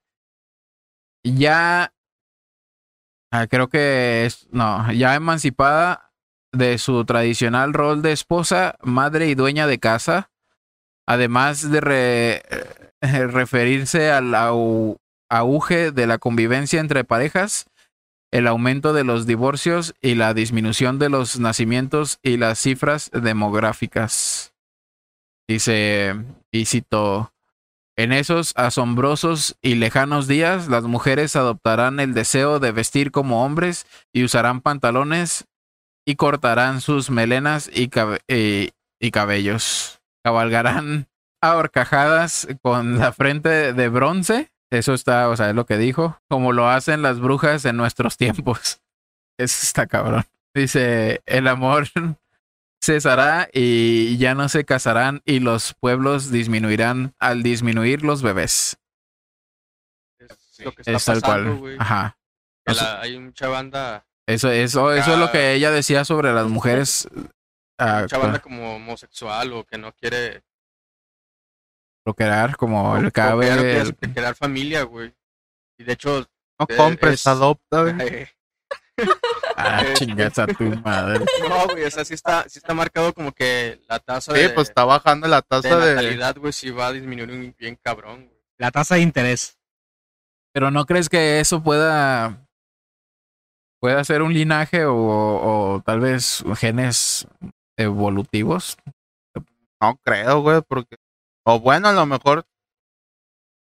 [SPEAKER 2] Ya, ah, creo que es, no, ya emancipada de su tradicional rol de esposa, madre y dueña de casa, además de re- eh, referirse al au- auge de la convivencia entre parejas, el aumento de los divorcios y la disminución de los nacimientos y las cifras demográficas. Dice, y cito, en esos asombrosos y lejanos días, las mujeres adoptarán el deseo de vestir como hombres y usarán pantalones y cortarán sus melenas y, cabe- y- y cabellos. Cabalgarán a horcajadas con la frente de bronce. Eso está, o sea, es lo que dijo. Como lo hacen las brujas en nuestros tiempos. Eso está cabrón. Dice, el amor cesará y ya no se casarán y los pueblos disminuirán al disminuir los bebés.
[SPEAKER 5] Es lo que está
[SPEAKER 2] Es tal
[SPEAKER 5] pasando,
[SPEAKER 2] cual.
[SPEAKER 5] güey.
[SPEAKER 2] Ajá.
[SPEAKER 5] Que la- hay mucha banda,
[SPEAKER 2] Eso, eso, eso es lo que ella decía sobre las mujeres. ah,
[SPEAKER 5] mucha banda como homosexual o que no quiere
[SPEAKER 2] procrear como el
[SPEAKER 5] procrear, no quiere
[SPEAKER 2] cabe.
[SPEAKER 5] hacer- crear familia, güey. Y de hecho,
[SPEAKER 3] No
[SPEAKER 5] Eh,
[SPEAKER 3] compres,
[SPEAKER 5] es-
[SPEAKER 3] adopta, güey.
[SPEAKER 5] no,
[SPEAKER 2] Ah, chingas a tu madre.
[SPEAKER 5] güey, o sea, sí está, sí está marcado como que la tasa
[SPEAKER 3] Sí,
[SPEAKER 5] de,
[SPEAKER 3] pues está bajando la
[SPEAKER 5] de
[SPEAKER 3] tasa de.
[SPEAKER 5] natalidad, güey, sí va a disminuir un- bien cabrón, güey.
[SPEAKER 1] La tasa de interés.
[SPEAKER 2] Pero no crees que eso pueda. pueda ser un linaje o, o tal vez genes evolutivos.
[SPEAKER 3] No creo, güey, porque. O bueno, a lo mejor.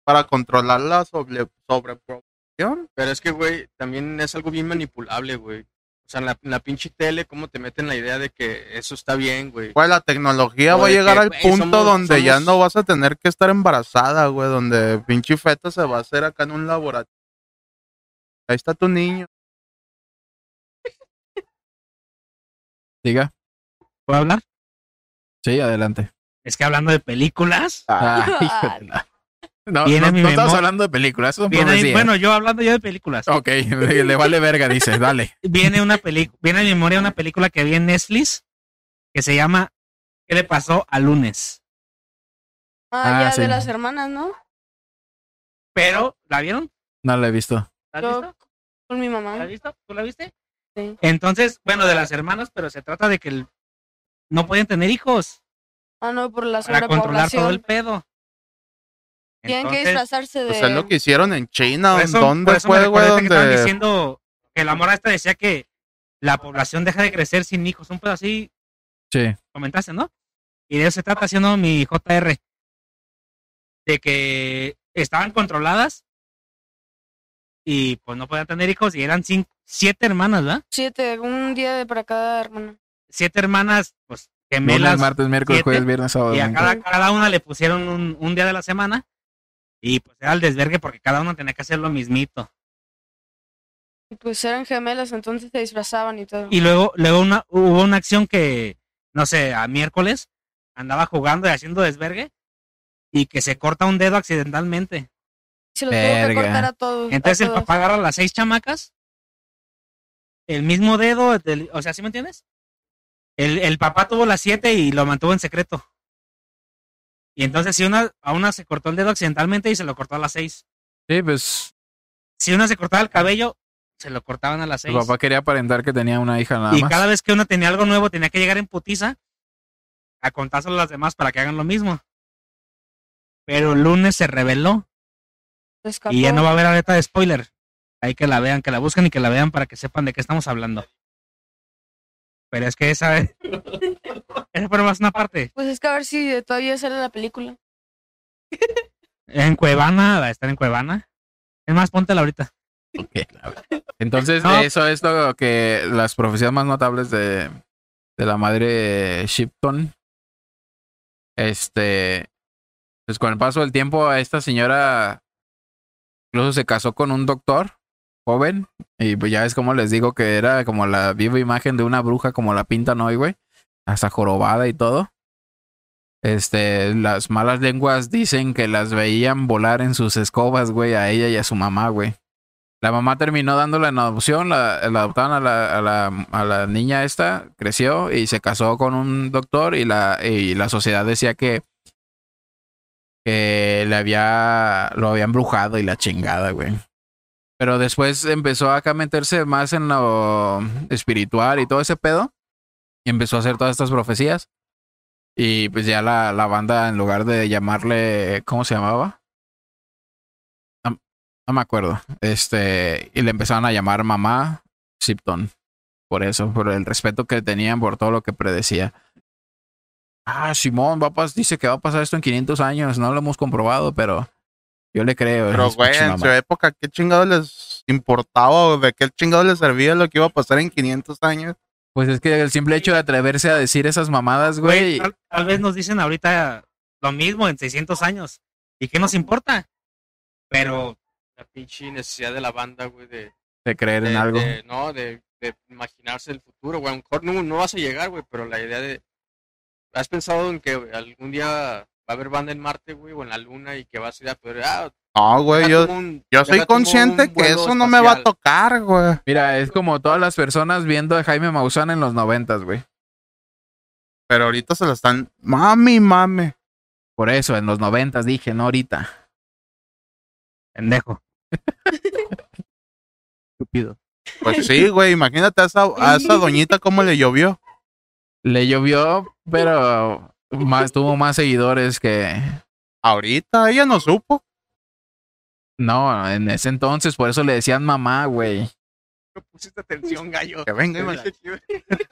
[SPEAKER 3] Para controlar la sobre, sobreproducción.
[SPEAKER 5] Pero es que, güey, también es algo bien manipulable, güey. O sea, en la, en la pinche tele, ¿cómo te meten la idea de que eso está bien, güey?
[SPEAKER 3] Güey, la tecnología
[SPEAKER 5] O
[SPEAKER 3] va a
[SPEAKER 5] de
[SPEAKER 3] llegar
[SPEAKER 5] que,
[SPEAKER 3] al
[SPEAKER 5] güey,
[SPEAKER 3] punto
[SPEAKER 5] somos-
[SPEAKER 3] donde ya
[SPEAKER 5] somos-
[SPEAKER 3] no vas a tener que estar embarazada, güey. Donde pinche feta se va a hacer acá en un laboratorio. Ahí está tu niño.
[SPEAKER 2] Diga.
[SPEAKER 1] ¿Puedo hablar?
[SPEAKER 2] Sí, adelante.
[SPEAKER 1] Es que hablando de películas.
[SPEAKER 2] Ah, hijo de la- No,
[SPEAKER 1] Viene
[SPEAKER 2] no,
[SPEAKER 1] mi
[SPEAKER 2] no estamos
[SPEAKER 1] memoria.
[SPEAKER 2] hablando de películas, son
[SPEAKER 1] viene-
[SPEAKER 2] profecías.
[SPEAKER 1] bueno, yo hablando yo de películas.
[SPEAKER 2] Ok, le, le vale verga, dice, dale.
[SPEAKER 1] Viene una película, viene a mi memoria una película que vi en Netflix que se llama ¿Qué le pasó a lunes?
[SPEAKER 4] Ah,
[SPEAKER 2] Ah,
[SPEAKER 4] ya
[SPEAKER 2] sí.
[SPEAKER 4] de las hermanas, ¿no?
[SPEAKER 1] Pero, ¿la vieron?
[SPEAKER 2] No lo he visto.
[SPEAKER 1] ¿La has
[SPEAKER 4] Yo-
[SPEAKER 1] visto?
[SPEAKER 4] Con mi
[SPEAKER 1] ¿La has
[SPEAKER 4] mamá.
[SPEAKER 1] visto? ¿Tú la viste?
[SPEAKER 4] Sí.
[SPEAKER 1] Entonces, bueno, de las hermanas, pero se trata de que el- no pueden tener hijos
[SPEAKER 4] Ah, no, por la
[SPEAKER 1] para controlar todo el
[SPEAKER 4] sobrepoblación.
[SPEAKER 1] pedo.
[SPEAKER 4] Tienen que
[SPEAKER 1] Entonces,
[SPEAKER 4] disfrazarse de.
[SPEAKER 3] Pues es lo que hicieron en China.
[SPEAKER 1] por eso- por
[SPEAKER 3] ¿Dónde
[SPEAKER 1] eso me
[SPEAKER 3] fue, güey?
[SPEAKER 1] recordé que estaban
[SPEAKER 3] Donde.
[SPEAKER 1] diciendo que la mora esta decía que la población deja de crecer sin hijos. Un pedo así
[SPEAKER 2] Sí.
[SPEAKER 1] comentaste, ¿no? Y de eso se trata haciendo mi JR. De que estaban controladas y pues no podían tener hijos y eran cinco, siete hermanas, ¿verdad?
[SPEAKER 4] Siete, un día de para cada hermana.
[SPEAKER 1] Siete hermanas, pues
[SPEAKER 2] Lunes,
[SPEAKER 1] gemelas.
[SPEAKER 2] martes, miércoles,
[SPEAKER 1] siete,
[SPEAKER 2] jueves, viernes, sábado,
[SPEAKER 1] y a
[SPEAKER 2] domingo.
[SPEAKER 1] cada, cada una le pusieron un, un día de la semana y pues era el desvergue porque cada una tenía que hacer lo mismito.
[SPEAKER 4] Y pues eran gemelas, entonces se disfrazaban y todo.
[SPEAKER 1] Y luego, luego una, hubo una acción que, no sé, a miércoles andaba jugando y haciendo desvergue y que se corta un dedo accidentalmente.
[SPEAKER 4] se los tuvo que
[SPEAKER 2] Verga.
[SPEAKER 4] cortar a todos. a
[SPEAKER 1] Entonces el
[SPEAKER 4] todas.
[SPEAKER 1] papá agarra las seis chamacas, el mismo dedo, del- o sea, ¿sí me entiendes? El, el papá tuvo las siete y lo mantuvo en secreto. Y entonces si una, a una se cortó el dedo accidentalmente y se lo cortó a las seis.
[SPEAKER 2] Sí, pues
[SPEAKER 1] Si una se cortaba el cabello, se lo cortaban a las
[SPEAKER 2] su
[SPEAKER 1] seis.
[SPEAKER 2] papá quería aparentar que tenía una hija nada
[SPEAKER 1] y
[SPEAKER 2] más.
[SPEAKER 1] cada vez que uno tenía algo nuevo tenía que llegar en putiza a contárselo a las demás para que hagan lo mismo. Pero el lunes se reveló
[SPEAKER 4] Se escapó.
[SPEAKER 1] y ya no va a haber alerta de spoiler. Hay que la vean, que la busquen y que la vean para que sepan de qué estamos hablando. Pero es que esa es... Esa fue más una parte.
[SPEAKER 4] Pues es que a ver si todavía sale la película.
[SPEAKER 1] En Cuevana, va a estar en Cuevana. Es más, póntela ahorita.
[SPEAKER 2] Ok. Entonces,
[SPEAKER 1] No.
[SPEAKER 2] eso es lo que las profecías más notables de, de la madre Shipton. Este, pues con el paso del tiempo, esta señora incluso se casó con un doctor joven. Y pues ya es como les digo que era como la viva imagen de una bruja, como la pintan hoy, güey. Hasta jorobada y todo. Este, las malas lenguas dicen que las veían volar en sus escobas, güey, a ella y a su mamá, güey. La mamá terminó dándola en adopción, la, la adoptaron a la, a, la, a la niña esta, creció y se casó con un doctor y la, y la sociedad decía que, que le había, lo había embrujado y la chingada, güey. Pero después empezó acá a meterse más en lo espiritual y todo ese pedo y empezó a hacer todas estas profecías. Y pues ya la, la banda, en lugar de llamarle, ¿cómo se llamaba? No, no me acuerdo. Este, y le empezaron a llamar mamá Sipton. Por eso, por el respeto que tenían por todo lo que predecía. ah, Simón, va a pas- dice que va a pasar esto en 500 años, no lo hemos comprobado, pero yo le creo.
[SPEAKER 3] Pero,
[SPEAKER 2] esas
[SPEAKER 3] güey,
[SPEAKER 2] pinches
[SPEAKER 3] en su
[SPEAKER 2] mamadas.
[SPEAKER 3] época, ¿qué chingado les importaba o de qué chingado les servía lo que iba a pasar en 500 años?
[SPEAKER 2] Pues es que el simple hecho de atreverse a decir esas mamadas, güey,
[SPEAKER 1] Tal, tal vez nos dicen ahorita lo mismo en 600 años. ¿Y qué nos importa? Pero
[SPEAKER 5] La pinche necesidad de la banda, güey, de,
[SPEAKER 2] de creer en
[SPEAKER 5] de-
[SPEAKER 2] algo.
[SPEAKER 5] de- no, de, de imaginarse el futuro, güey. A lo mejor no, no vas a llegar, güey, pero la idea de... ¿Has pensado en que algún día va a haber banda en Marte, güey, o en la Luna y que vas a ir a poder... Ah,
[SPEAKER 3] No, güey,
[SPEAKER 5] deja
[SPEAKER 3] yo,
[SPEAKER 5] tomo un-
[SPEAKER 3] yo
[SPEAKER 5] deja
[SPEAKER 3] soy
[SPEAKER 5] tomo
[SPEAKER 3] consciente
[SPEAKER 5] un
[SPEAKER 3] que
[SPEAKER 5] vuelo
[SPEAKER 3] eso no me va a
[SPEAKER 5] espacial.
[SPEAKER 3] tocar, güey.
[SPEAKER 2] Mira, es como todas las personas viendo a Jaime Maussan en los noventas, güey.
[SPEAKER 3] Pero ahorita se lo están. Mami, mami.
[SPEAKER 2] Por eso, en los noventas dije, no ahorita.
[SPEAKER 1] Pendejo.
[SPEAKER 2] Estúpido.
[SPEAKER 3] Pues sí, güey, imagínate a esa, a esa doñita cómo le llovió.
[SPEAKER 2] Le llovió, pero más, tuvo más seguidores que...
[SPEAKER 3] Ahorita ella no supo.
[SPEAKER 2] No, en ese entonces, por eso le decían mamá, güey.
[SPEAKER 5] No pusiste atención, gallo.
[SPEAKER 3] Que venga
[SPEAKER 5] Te
[SPEAKER 3] y me la-
[SPEAKER 5] dije que iba-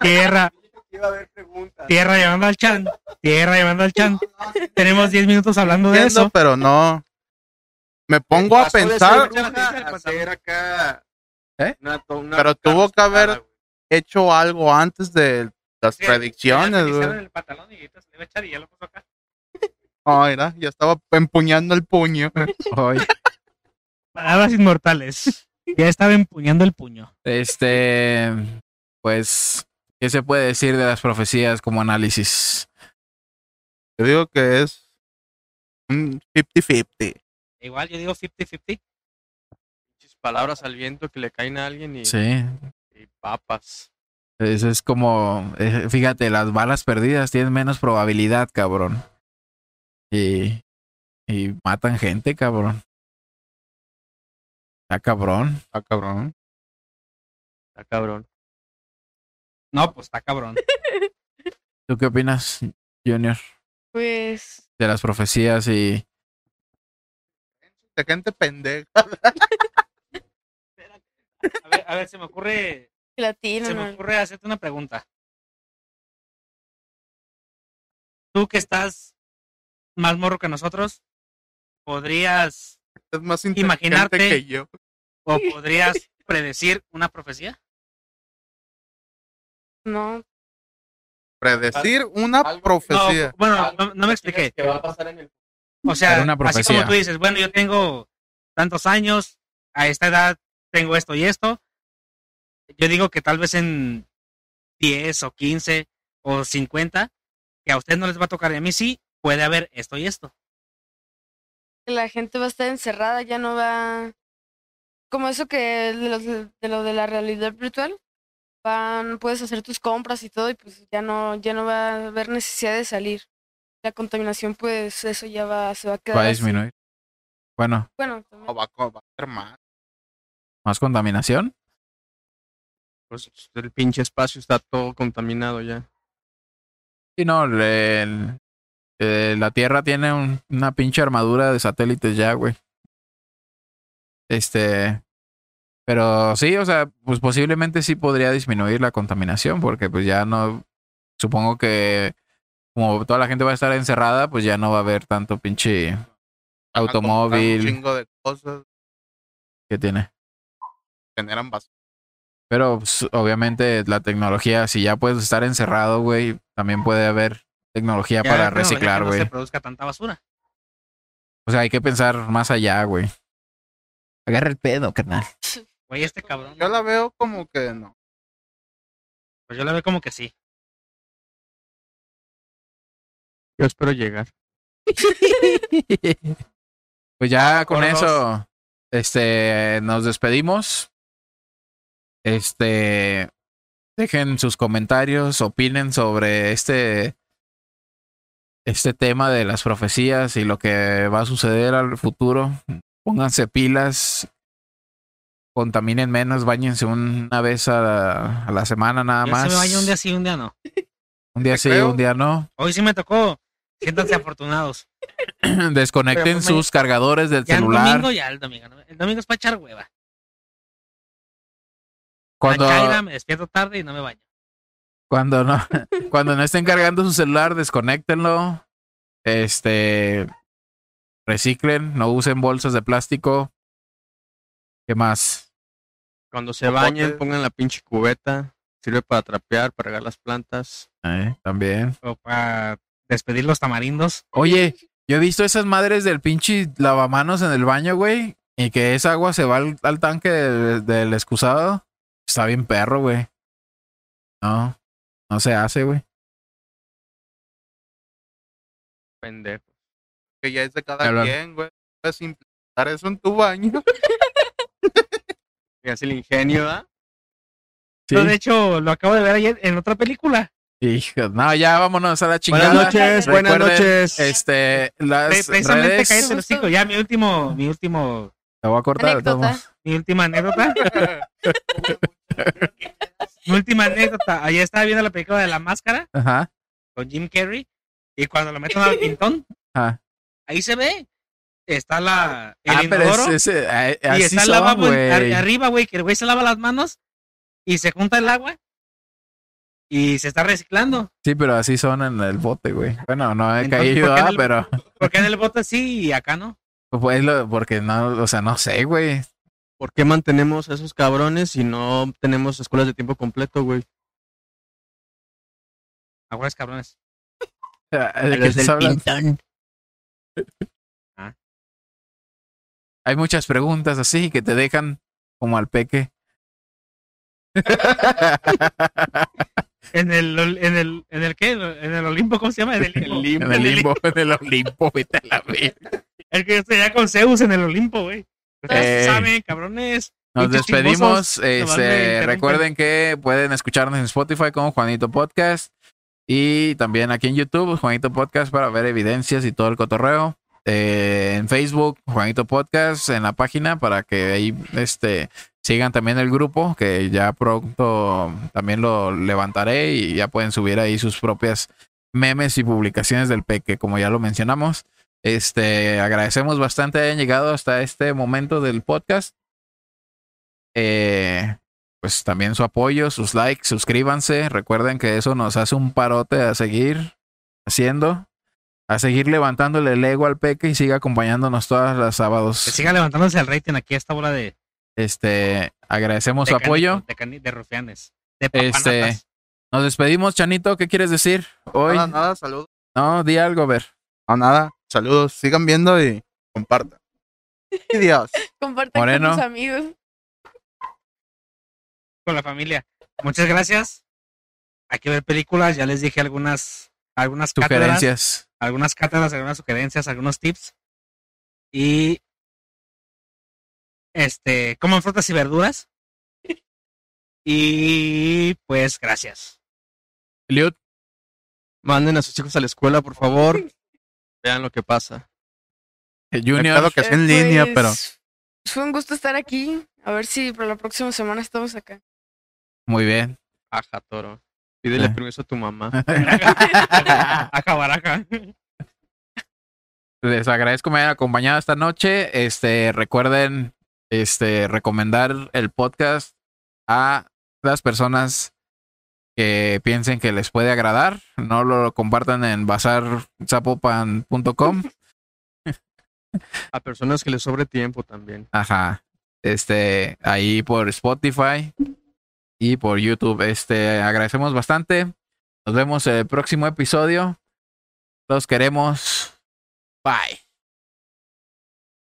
[SPEAKER 1] Tierra,
[SPEAKER 5] te dije que iba a haber preguntas.
[SPEAKER 1] tierra llevando al chan. Tierra llevando al chan. Tenemos 10 minutos hablando de
[SPEAKER 3] Entiendo,
[SPEAKER 1] eso.
[SPEAKER 3] pero no. Me pongo a
[SPEAKER 5] Pasó de ser
[SPEAKER 3] pensar,
[SPEAKER 5] bruja a hacer acá
[SPEAKER 2] ¿Eh?
[SPEAKER 5] una to- una
[SPEAKER 3] Pero tuvo que haber-
[SPEAKER 5] carrascada, güey.
[SPEAKER 3] hecho algo antes de las predicciones, güey.
[SPEAKER 1] el pantalón y ahorita se le va a echar y ya lo puso acá.
[SPEAKER 3] Ah, mira, ya estaba empuñando el puño.
[SPEAKER 2] Hoy,
[SPEAKER 1] Palabras inmortales. Ya estaba empuñando el puño.
[SPEAKER 2] este, pues, ¿qué se puede decir de las profecías como análisis?
[SPEAKER 3] Yo digo que es un 50-50.
[SPEAKER 1] Igual yo digo 50-50.
[SPEAKER 5] Pinches palabras al viento que le caen a alguien y,
[SPEAKER 2] Sí,
[SPEAKER 5] y papas.
[SPEAKER 2] eso es como, eh, fíjate, las balas perdidas tienen menos probabilidad, cabrón. Y, y matan gente, cabrón. Está cabrón.
[SPEAKER 3] Ah, cabrón.
[SPEAKER 5] Está cabrón.
[SPEAKER 1] No, pues está cabrón.
[SPEAKER 2] ¿Tú qué opinas, Junior,
[SPEAKER 4] Pues
[SPEAKER 2] de las profecías y
[SPEAKER 3] De gente pendeja.
[SPEAKER 1] A ver, a ver, se me ocurre,
[SPEAKER 4] latino,
[SPEAKER 1] se me
[SPEAKER 4] ¿no?
[SPEAKER 1] ocurre hacerte una pregunta. Tú que estás más morro que nosotros, ¿podrías
[SPEAKER 3] Es más inteligente
[SPEAKER 1] Imaginarte.
[SPEAKER 3] que yo.
[SPEAKER 1] o podrías predecir una profecía?
[SPEAKER 4] No,
[SPEAKER 3] Predecir una
[SPEAKER 5] algo-
[SPEAKER 1] No,
[SPEAKER 3] profecía.
[SPEAKER 4] Ah.
[SPEAKER 1] bueno, no, no me expliqué.
[SPEAKER 5] ¿Qué va a pasar en el
[SPEAKER 1] O sea,
[SPEAKER 2] Era una
[SPEAKER 1] así
[SPEAKER 2] profecía.
[SPEAKER 1] como tú dices, bueno, yo tengo tantos años, a esta edad tengo esto y esto. Yo digo que tal vez en 10 o 15 o 50, que a ustedes no les va a tocar y a mí sí, puede haber esto y esto.
[SPEAKER 4] que la gente va a estar encerrada, ya no va. Como eso que de los- de lo, de la realidad virtual, van, puedes hacer tus compras y todo, y pues ya no, ya no va a haber necesidad de salir. La contaminación, pues eso ya va, se va a
[SPEAKER 2] va
[SPEAKER 3] Pues,
[SPEAKER 4] quedar.
[SPEAKER 2] a
[SPEAKER 4] así.
[SPEAKER 2] disminuir? Bueno,
[SPEAKER 4] Bueno,
[SPEAKER 3] No,
[SPEAKER 4] también.
[SPEAKER 3] va, a- va a ser más.
[SPEAKER 2] más contaminación.
[SPEAKER 5] Pues el pinche espacio está todo contaminado ya.
[SPEAKER 2] Sí, no, el- el- eh, la Tierra tiene un- una pinche armadura de satélites ya, güey. Este, pero sí, o sea, pues posiblemente sí podría disminuir la contaminación, porque pues ya no, supongo que como toda la gente va a estar encerrada, pues ya no va a haber tanto pinche
[SPEAKER 3] Van a comprar Un
[SPEAKER 2] automóvil
[SPEAKER 3] chingo de cosas.
[SPEAKER 2] que tiene.
[SPEAKER 3] Generan basura.
[SPEAKER 2] Pero pues, obviamente la tecnología, si ya puedes estar encerrado, güey, también puede haber tecnología
[SPEAKER 1] Ya,
[SPEAKER 2] para
[SPEAKER 1] bueno, ya
[SPEAKER 2] reciclar,
[SPEAKER 1] que no
[SPEAKER 2] güey.
[SPEAKER 1] se produzca tanta basura.
[SPEAKER 2] O sea, hay que pensar más allá, güey. Agarra el pedo, carnal.
[SPEAKER 1] Güey, este cabrón.
[SPEAKER 3] Yo la veo como que no.
[SPEAKER 1] pues yo la veo como que sí.
[SPEAKER 5] Yo espero llegar.
[SPEAKER 2] Pues ya con
[SPEAKER 1] Gordos.
[SPEAKER 2] eso, este, nos despedimos. Este, dejen sus comentarios, opinen sobre este, este tema de las profecías y lo que va a suceder al futuro. Pónganse pilas, contaminen menos, bañense una vez a la, a la semana nada
[SPEAKER 1] Yo
[SPEAKER 2] más.
[SPEAKER 1] se me baño un día sí, un día no.
[SPEAKER 2] Un día
[SPEAKER 3] Te
[SPEAKER 2] sí,
[SPEAKER 3] creo.
[SPEAKER 2] un día no.
[SPEAKER 1] Hoy sí me tocó. Siéntanse afortunados. Pero,
[SPEAKER 2] Desconecten
[SPEAKER 1] pues,
[SPEAKER 2] sus cargadores del
[SPEAKER 1] Ya el
[SPEAKER 2] celular.
[SPEAKER 1] domingo, ya el domingo. ¿no? El domingo es para echar hueva.
[SPEAKER 2] Cuando,
[SPEAKER 1] La chaira, me despierto tarde y no me baño.
[SPEAKER 2] Cuando no, cuando no estén cargando su celular, desconéctenlo. Este. Reciclen, no usen bolsas de plástico. ¿Qué más?
[SPEAKER 5] Cuando se bañen,
[SPEAKER 3] Botes.
[SPEAKER 5] pongan la pinche cubeta. Sirve para trapear, para regar las plantas.
[SPEAKER 2] Eh, También.
[SPEAKER 1] O para despedir los tamarindos.
[SPEAKER 2] Oye, yo he visto esas madres del pinche lavamanos en el baño, güey. Y que esa agua se va al, al tanque del, del excusado. Está bien perro, güey. No, no se hace, güey.
[SPEAKER 5] Pendejo.
[SPEAKER 3] que ya es de cada
[SPEAKER 2] Hablar.
[SPEAKER 3] quien, güey. Puedes implementar eso en tu baño.
[SPEAKER 5] Y así el ingenio, ¿ah? ¿verdad?
[SPEAKER 2] Sí.
[SPEAKER 1] Yo, de hecho, lo acabo de ver ayer en otra película.
[SPEAKER 2] Hijo, no, ya vámonos a la chingada.
[SPEAKER 5] Buenas noches, buenas
[SPEAKER 2] Recuerden,
[SPEAKER 5] noches.
[SPEAKER 2] Este, las
[SPEAKER 1] Pre- Precisamente
[SPEAKER 2] redes-
[SPEAKER 1] cállate los chicos. Ya mi último, mi último,
[SPEAKER 2] La voy a cortar. de todos
[SPEAKER 4] Anécdota.
[SPEAKER 2] modos.
[SPEAKER 1] mi última anécdota. mi última anécdota. Ayer estaba viendo la película de la máscara
[SPEAKER 2] Ajá.
[SPEAKER 1] con Jim Carrey. Y cuando lo meten al pintón,
[SPEAKER 2] ajá.
[SPEAKER 1] ahí se ve. Está la, el
[SPEAKER 2] Ah, pero es,
[SPEAKER 1] inodoro.
[SPEAKER 2] ese, a-
[SPEAKER 1] y
[SPEAKER 2] así
[SPEAKER 1] está el
[SPEAKER 2] son,
[SPEAKER 1] lavabo en-
[SPEAKER 2] güey.
[SPEAKER 1] ar- arriba, güey, que el güey se lava las manos y se junta el agua y se está reciclando.
[SPEAKER 2] Sí, pero así son en el bote, güey. Bueno, no he
[SPEAKER 1] Entonces,
[SPEAKER 2] caído,
[SPEAKER 1] ¿por qué
[SPEAKER 2] ah,
[SPEAKER 1] en el-
[SPEAKER 2] pero
[SPEAKER 1] Porque en el bote sí y acá no.
[SPEAKER 2] pues lo- porque no, o sea, no sé, güey.
[SPEAKER 5] ¿Por qué mantenemos a esos cabrones si no tenemos escuelas de tiempo completo, güey?
[SPEAKER 1] Ahora es cabrones.
[SPEAKER 2] Ah, ¿de qué estás hablando?
[SPEAKER 1] Ah.
[SPEAKER 2] Hay muchas preguntas así que te dejan como al peque.
[SPEAKER 1] En el, ol- en el, en el qué, en el Olimpo, ¿cómo se llama? En el limbo.
[SPEAKER 2] En el limbo, en el Olimpo, vete a la verga.
[SPEAKER 1] Es que yo estoy ya con Zeus en el Olimpo, güey. Ustedes
[SPEAKER 2] Ey.
[SPEAKER 1] saben, cabrones.
[SPEAKER 2] Nos
[SPEAKER 1] Pinches
[SPEAKER 2] despedimos.
[SPEAKER 1] chismosos, nomás me
[SPEAKER 2] este,
[SPEAKER 1] interrumpen.
[SPEAKER 2] recuerden que pueden escucharnos en Spotify como Juanito Podcast y también aquí en YouTube, Juanito Podcast, para ver evidencias y todo el cotorreo. Eh, en Facebook, Juanito Podcast, en la página, para que ahí este, sigan también el grupo, que ya pronto también lo levantaré y ya pueden subir ahí sus propias memes y publicaciones del Peque, como ya lo mencionamos. Este, agradecemos bastante hayan llegado hasta este momento del podcast eh, pues también su apoyo, sus likes, suscríbanse. Recuerden que eso nos hace un parote a seguir haciendo, a seguir levantándole el ego al peque y siga acompañándonos todas las
[SPEAKER 1] Que
[SPEAKER 2] sábados.
[SPEAKER 1] siga levantándose el rating aquí a esta bola de,
[SPEAKER 2] Este, agradecemos
[SPEAKER 1] de
[SPEAKER 2] su
[SPEAKER 1] cani-
[SPEAKER 2] apoyo.
[SPEAKER 1] De, cani- de rufianes. De
[SPEAKER 2] Este,
[SPEAKER 1] papanatas.
[SPEAKER 2] Nos despedimos, Chanito. ¿Qué quieres decir hoy?
[SPEAKER 3] Nada, nada, saludos.
[SPEAKER 2] No, di algo, a ver.
[SPEAKER 3] No, nada, saludos. Sigan viendo y compartan. Y Dios.
[SPEAKER 4] Compartan
[SPEAKER 2] Moreno.
[SPEAKER 4] con tus amigos.
[SPEAKER 1] con la familia. Muchas gracias. Hay que ver películas, ya les dije algunas, algunas cátedras,
[SPEAKER 2] Sugerencias.
[SPEAKER 1] algunas cátedras, algunas sugerencias, algunos tips. Y este, coman frutas y verduras. Y pues gracias.
[SPEAKER 2] Eliud,
[SPEAKER 5] Manden a sus hijos a la escuela, por favor. Vean lo que pasa.
[SPEAKER 2] eh,
[SPEAKER 3] Claro
[SPEAKER 2] Junior.
[SPEAKER 3] que sea en
[SPEAKER 4] Eh,
[SPEAKER 3] línea,
[SPEAKER 4] pues,
[SPEAKER 3] pero
[SPEAKER 4] Fue un gusto estar aquí. A ver si para la próxima semana estamos acá.
[SPEAKER 2] Muy bien.
[SPEAKER 5] Ajá, toro. Pídele
[SPEAKER 2] Ah.
[SPEAKER 5] permiso a tu mamá.
[SPEAKER 1] Aca baraca.
[SPEAKER 2] Les agradezco me hayan acompañado esta noche. Este, recuerden este, recomendar el podcast a las personas que piensen que les puede agradar. No lo compartan en bazarzapopan.com.
[SPEAKER 5] A personas que les sobre tiempo también.
[SPEAKER 2] Ajá. Este, ahí por Spotify y por YouTube. Este, agradecemos bastante. Nos vemos en el próximo episodio. Los queremos. Bye.